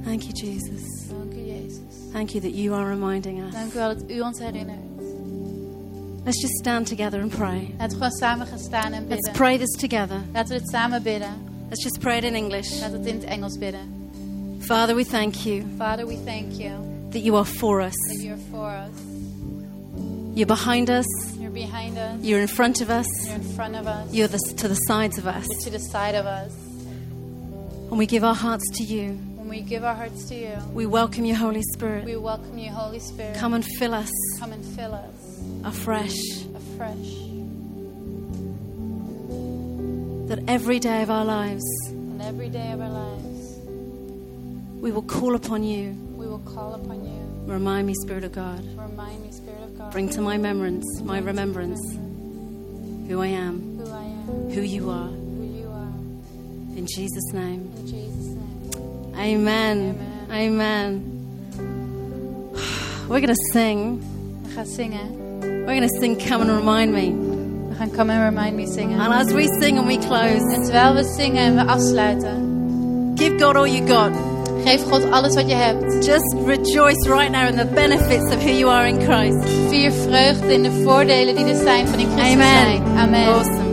Speaker 1: Thank you, Jesus.
Speaker 2: Dank u, Jezus.
Speaker 1: Thank you that you are reminding us.
Speaker 2: Dank u wel dat u ons herinnert.
Speaker 1: Let's just stand together and pray.
Speaker 2: Laten we gewoon samen gaan staan en
Speaker 1: Let's
Speaker 2: bidden.
Speaker 1: pray this together.
Speaker 2: Laten we dit samen bidden.
Speaker 1: Let's just pray it in English.
Speaker 2: Laten we het in het Engels bidden.
Speaker 1: Father, we thank you
Speaker 2: Father, we thank you
Speaker 1: that you are for us.
Speaker 2: that you're for us.
Speaker 1: You're behind us,
Speaker 2: You're behind us.
Speaker 1: you're in front of us,
Speaker 2: You're in front of us.
Speaker 1: you're the, to the sides of us.
Speaker 2: You're to the side of us.
Speaker 1: And we give our hearts to you.
Speaker 2: When we give our hearts to you,
Speaker 1: We welcome your Holy Spirit.
Speaker 2: we welcome you, Holy Spirit.
Speaker 1: Come and fill us
Speaker 2: Come and fill us
Speaker 1: afresh.
Speaker 2: afresh.
Speaker 1: That every day of our lives
Speaker 2: And every day of our lives,
Speaker 1: we will call upon you.
Speaker 2: we will call upon you.
Speaker 1: Remind me, Spirit of God.
Speaker 2: Remind me, Spirit of God.
Speaker 1: Bring to my remembrance, my remembrance, who I am,
Speaker 2: who I am,
Speaker 1: who you are.
Speaker 2: who you are.
Speaker 1: In Jesus' name.
Speaker 2: In Jesus' name.
Speaker 1: Amen. Amen. We're going to sing.
Speaker 2: We gaan zingen.
Speaker 1: We're going to sing Come and Remind Me.
Speaker 2: We gaan Come and Remind Me zingen.
Speaker 1: And as we sing and we close,
Speaker 2: En terwijl we zingen en we afsluiten,
Speaker 1: give God all you got.
Speaker 2: geef God alles wat je hebt.
Speaker 1: Just rejoice right now in the benefits of who you are in Christ.
Speaker 2: Vier vreugde in de voordelen die er zijn van in Christus
Speaker 1: Amen.
Speaker 2: zijn. Amen.
Speaker 1: Awesome.